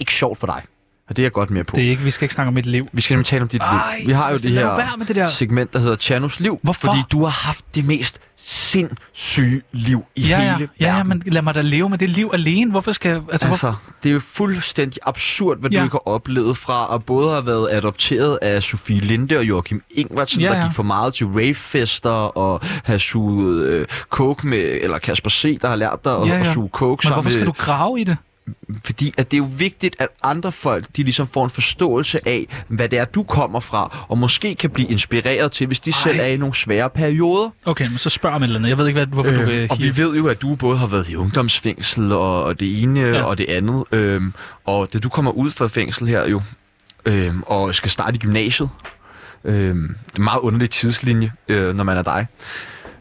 ikke sjovt for dig. Og det er jeg godt med på.
Det er ikke, vi skal ikke snakke om mit liv.
Vi skal nemlig tale om dit
Ej,
liv. Vi har jo det
Sebastian, lad nu
her
være med det der.
segment, der hedder Chanos liv.
Hvorfor?
Fordi du har haft det mest sindssyge liv i
Ja, ja,
hele
ja, ja,
verden.
men lad mig da leve med det liv alene. Hvorfor skal... Altså, altså
Altså, det er jo fuldstændig absurd, hvad ja.
Ja.
du ikke har oplevet fra at både have været adopteret af Sofie Linde og Joachim Ingvartsen, ja,
Ja,
ja. der
ja.
gik for meget til ravefester og have suget øh, coke med, eller Kasper C., der har lært dig at, ja,
Ja,
ja.
ja.
at suge coke
men
sammen
hvorfor skal
med-
du grave i det?
fordi at det er jo vigtigt, at andre folk, de ligesom får en forståelse af, hvad det er, du kommer fra, og måske kan blive inspireret til, hvis de Ej. selv er i nogle svære perioder.
Okay, men så spørg om et eller andet. Jeg ved ikke, hvad, hvorfor øh, du vil...
Øhm, og vi ved jo, at du både har været i ungdomsfængsel og, og det ene ja.
Ja.
og det andet. Øhm, og da du kommer ud fra fængsel her jo, øhm, og skal starte i gymnasiet, øhm, det er en meget underlig tidslinje, øh, når man er dig.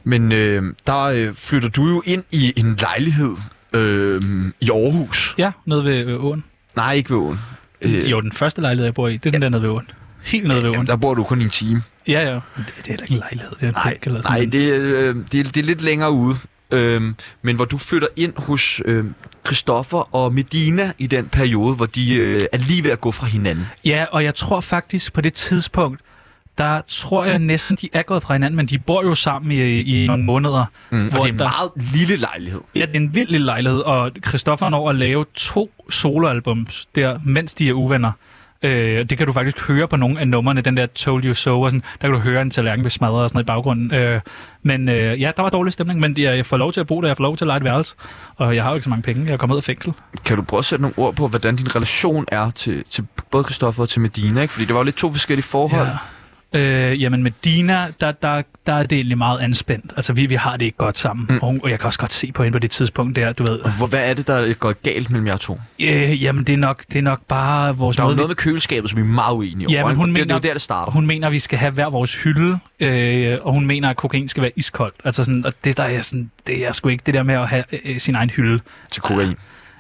Men øh, der øh, flytter du jo ind i en lejlighed øh, i Aarhus.
Ja, nede ved øh, åen.
Nej, ikke ved åen. Øh,
Jo, den første lejlighed, jeg bor i, det er den der nede ved åen. Helt nede ved åen.
Jamen, der bor du kun i en time.
Ja, ja. Men Det, det er heller ikke en lejlighed. Det er en
Nej,
bænk eller sådan
nej
noget.
det, er, øh, det, er, det er lidt længere ude. Øhm, men hvor du flytter ind hos øh, Christoffer og Medina i den periode, hvor de øh, er lige ved at gå fra hinanden.
Ja, og jeg tror faktisk på det tidspunkt, der tror jeg næsten, de er gået fra hinanden, men de bor jo sammen i, i nogle måneder. Mm,
Og det er en meget lille lejlighed.
Ja, det er en vild lille lejlighed, og Christoffer når at lave to soloalbums der, mens de er uvenner. Øh, det kan du faktisk høre på nogle af numrene, den der Told You So, og sådan, der kan du høre en tallerken blive smadret og sådan noget i baggrunden. Øh, men øh, ja, der var dårlig stemning, men øh, jeg får lov til at bo der, jeg får lov til at lege et værelse, og jeg har jo ikke så mange penge, jeg er kommet ud af fængsel.
Kan du prøve at sætte nogle ord på, hvordan din relation er til, til både Christoffer og til Medina? Ikke? Fordi det var jo lidt to forskellige forhold. Ja.
Øh, jamen med Dina, der, der, der er det egentlig meget anspændt. Altså vi, vi har det ikke godt sammen, mm. og, hun- og jeg kan også godt se på hende på det tidspunkt der, du ved.
Hvor, hvad er det, der går galt mellem jer to? Der
Øh, jamen det er, nok, det er nok bare vores
er jo
måde, vi
noget med køleskabet, som vi er meget uenige
Ja,
over.
men
ikke?
hun
det, det er
mener-
jo der, det starter.
Hun mener, at vi skal have hver vores hylde, øh, og hun mener, at kokain skal være iskoldt. Altså sådan, og det der er sådan, det er sgu ikke det der med at have øh, sin egen hylde.
Til kokain.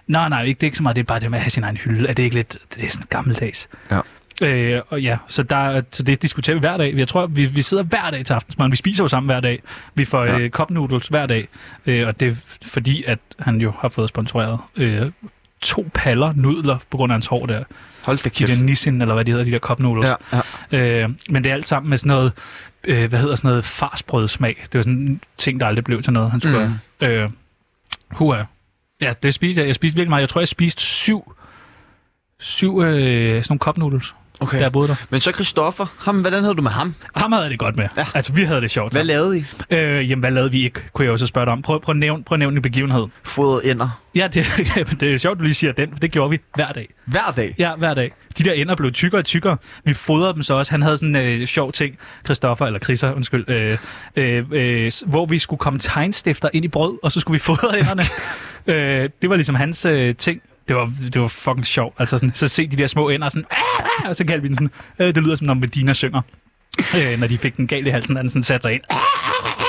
Nej, nej, ikke, det er ikke så meget, det er bare det med at have sin egen hylde. Er det ikke lidt, det er sådan gammeldags.
Ja.
Øh, og ja, så, der, så det diskuterer vi hver dag. Jeg tror, vi, vi sidder hver dag til aftensmad. Vi spiser jo sammen hver dag. Vi får
Ja.
ja. øh, cup noodles hver dag. Øh, og det er f- fordi, at han jo har fået sponsoreret øh, to paller nudler på grund af hans hår der.
Hold da
De
kæft.
der Nissin, eller hvad de hedder, de der cup noodles.
Ja, ja.
Øh, men det er alt sammen med sådan noget, øh, hvad hedder sådan noget, farsbrødsmag. Det var sådan en ting, der aldrig blev til noget, han skulle mm. øh, Hua. Ja, det spiste jeg. Jeg spiste virkelig meget. Jeg tror, jeg spiste syv, syv øh, sådan nogle cup noodles,
Okay.
okay. der jeg boede der.
Men så Christoffer, ham, hvordan havde du med ham?
Ham havde jeg det godt med. Ja. Altså, vi havde det sjovt.
Hvad lavede I?
øh, jamen, hvad lavede vi ikke, kunne jeg også spørge dig om. Prøv, prøv, at, nævne, prøv at nævne en begivenhed.
Fodret ender.
Ja, det, det er sjovt, du lige siger den, for det gjorde vi hver dag.
Hver dag?
Ja, hver dag. De der ender blev tykkere og tykkere. Vi fodrede dem så også. Han havde sådan en øh, sjov ting, Christoffer, eller Chrisser, undskyld, øh, øh, øh, s- hvor vi skulle komme tegnstifter ind i brød, og så skulle vi fodre enderne. øh, det var ligesom hans øh, ting. Det var, det var fucking sjovt. Altså sådan, så se de der små ender, sådan, "Ah, ah," og så kaldte vi den sådan, øh, det lyder som når Medina synger. Øh, når de fik den galt i halsen, da den sådan satte sig ind. "Ah, ah, ah, ah."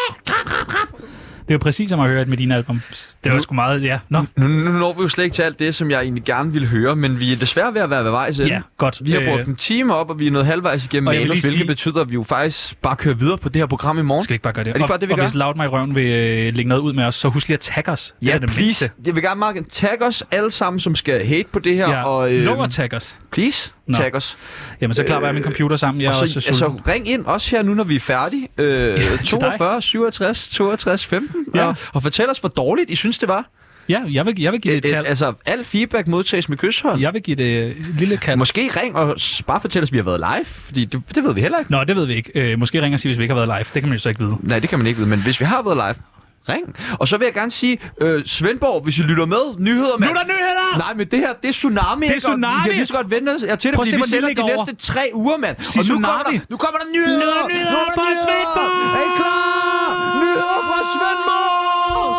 Det var præcis som at høre et Medina-album. Det var sgu meget, ja. Nå,
Nu, nu når vi jo slet ikke til alt det, som jeg egentlig gerne ville høre, men vi er desværre ved at være ved vejs ende.
ja, godt.
Vi har
Øh,
brugt en time op, og vi er nået halvvejs igennem
og jeg vil
manus,
lige
hvilket sige...
sige-
betyder, at vi jo faktisk bare kører videre på det her program i morgen.
Skal vi ikke bare gøre det?
Er det ikke bare det, vi
og,
gør?
og hvis Loud mig i røven vil øh, lægge noget ud med os, så husk lige at tagge os. Det
Ja,
er det
please.
mindste.
Jeg vil gerne meget gerne tag os alle sammen, som skal hate på det her.
Ja,
Og, øhm,
øh... Lov at tagge os.
please,
Nå.
tag os.
Jamen, så klapper jeg min computer sammen. Jeg
Øh, og
er
så,
også sulten.
altså, ring ind også her nu, når vi er færdige. Øh,
dig.
42, 67, 62, 15. Ja.
Ja.
Og, og fortæl os, hvor dårligt I synes, det var.
Ja, jeg vil, jeg vil give det et
Øh,
kald.
altså, al feedback modtages med kysshånd.
Jeg vil give det øh, et lille kald.
Måske ring og s- bare fortæl os, at vi har været live, fordi det, det ved vi heller ikke.
Nå, det ved vi ikke. Øh, måske ringer og siger, hvis vi ikke har været live. Det kan man jo så ikke vide.
Nej, det kan man ikke vide, men hvis vi har været live, ring. Og så vil jeg gerne sige, øh, Svendborg, hvis I lytter med, nyheder med...
Nu er der nyheder!
Nej, men det her, det er tsunami.
Det er
ikke? Og
tsunami!
I kan lige så godt vente jer til det,
Prøv at
fordi vi
se, hvor den
sender de
ligger over.
næste tre uger, mand.
Sig
og nu kommer,
tsunami.
der, nu kommer der nyheder!
Nu er der nyheder
Nu kommer der
fra Svendborg!
Er I klar? Nyheder fra Svendborg!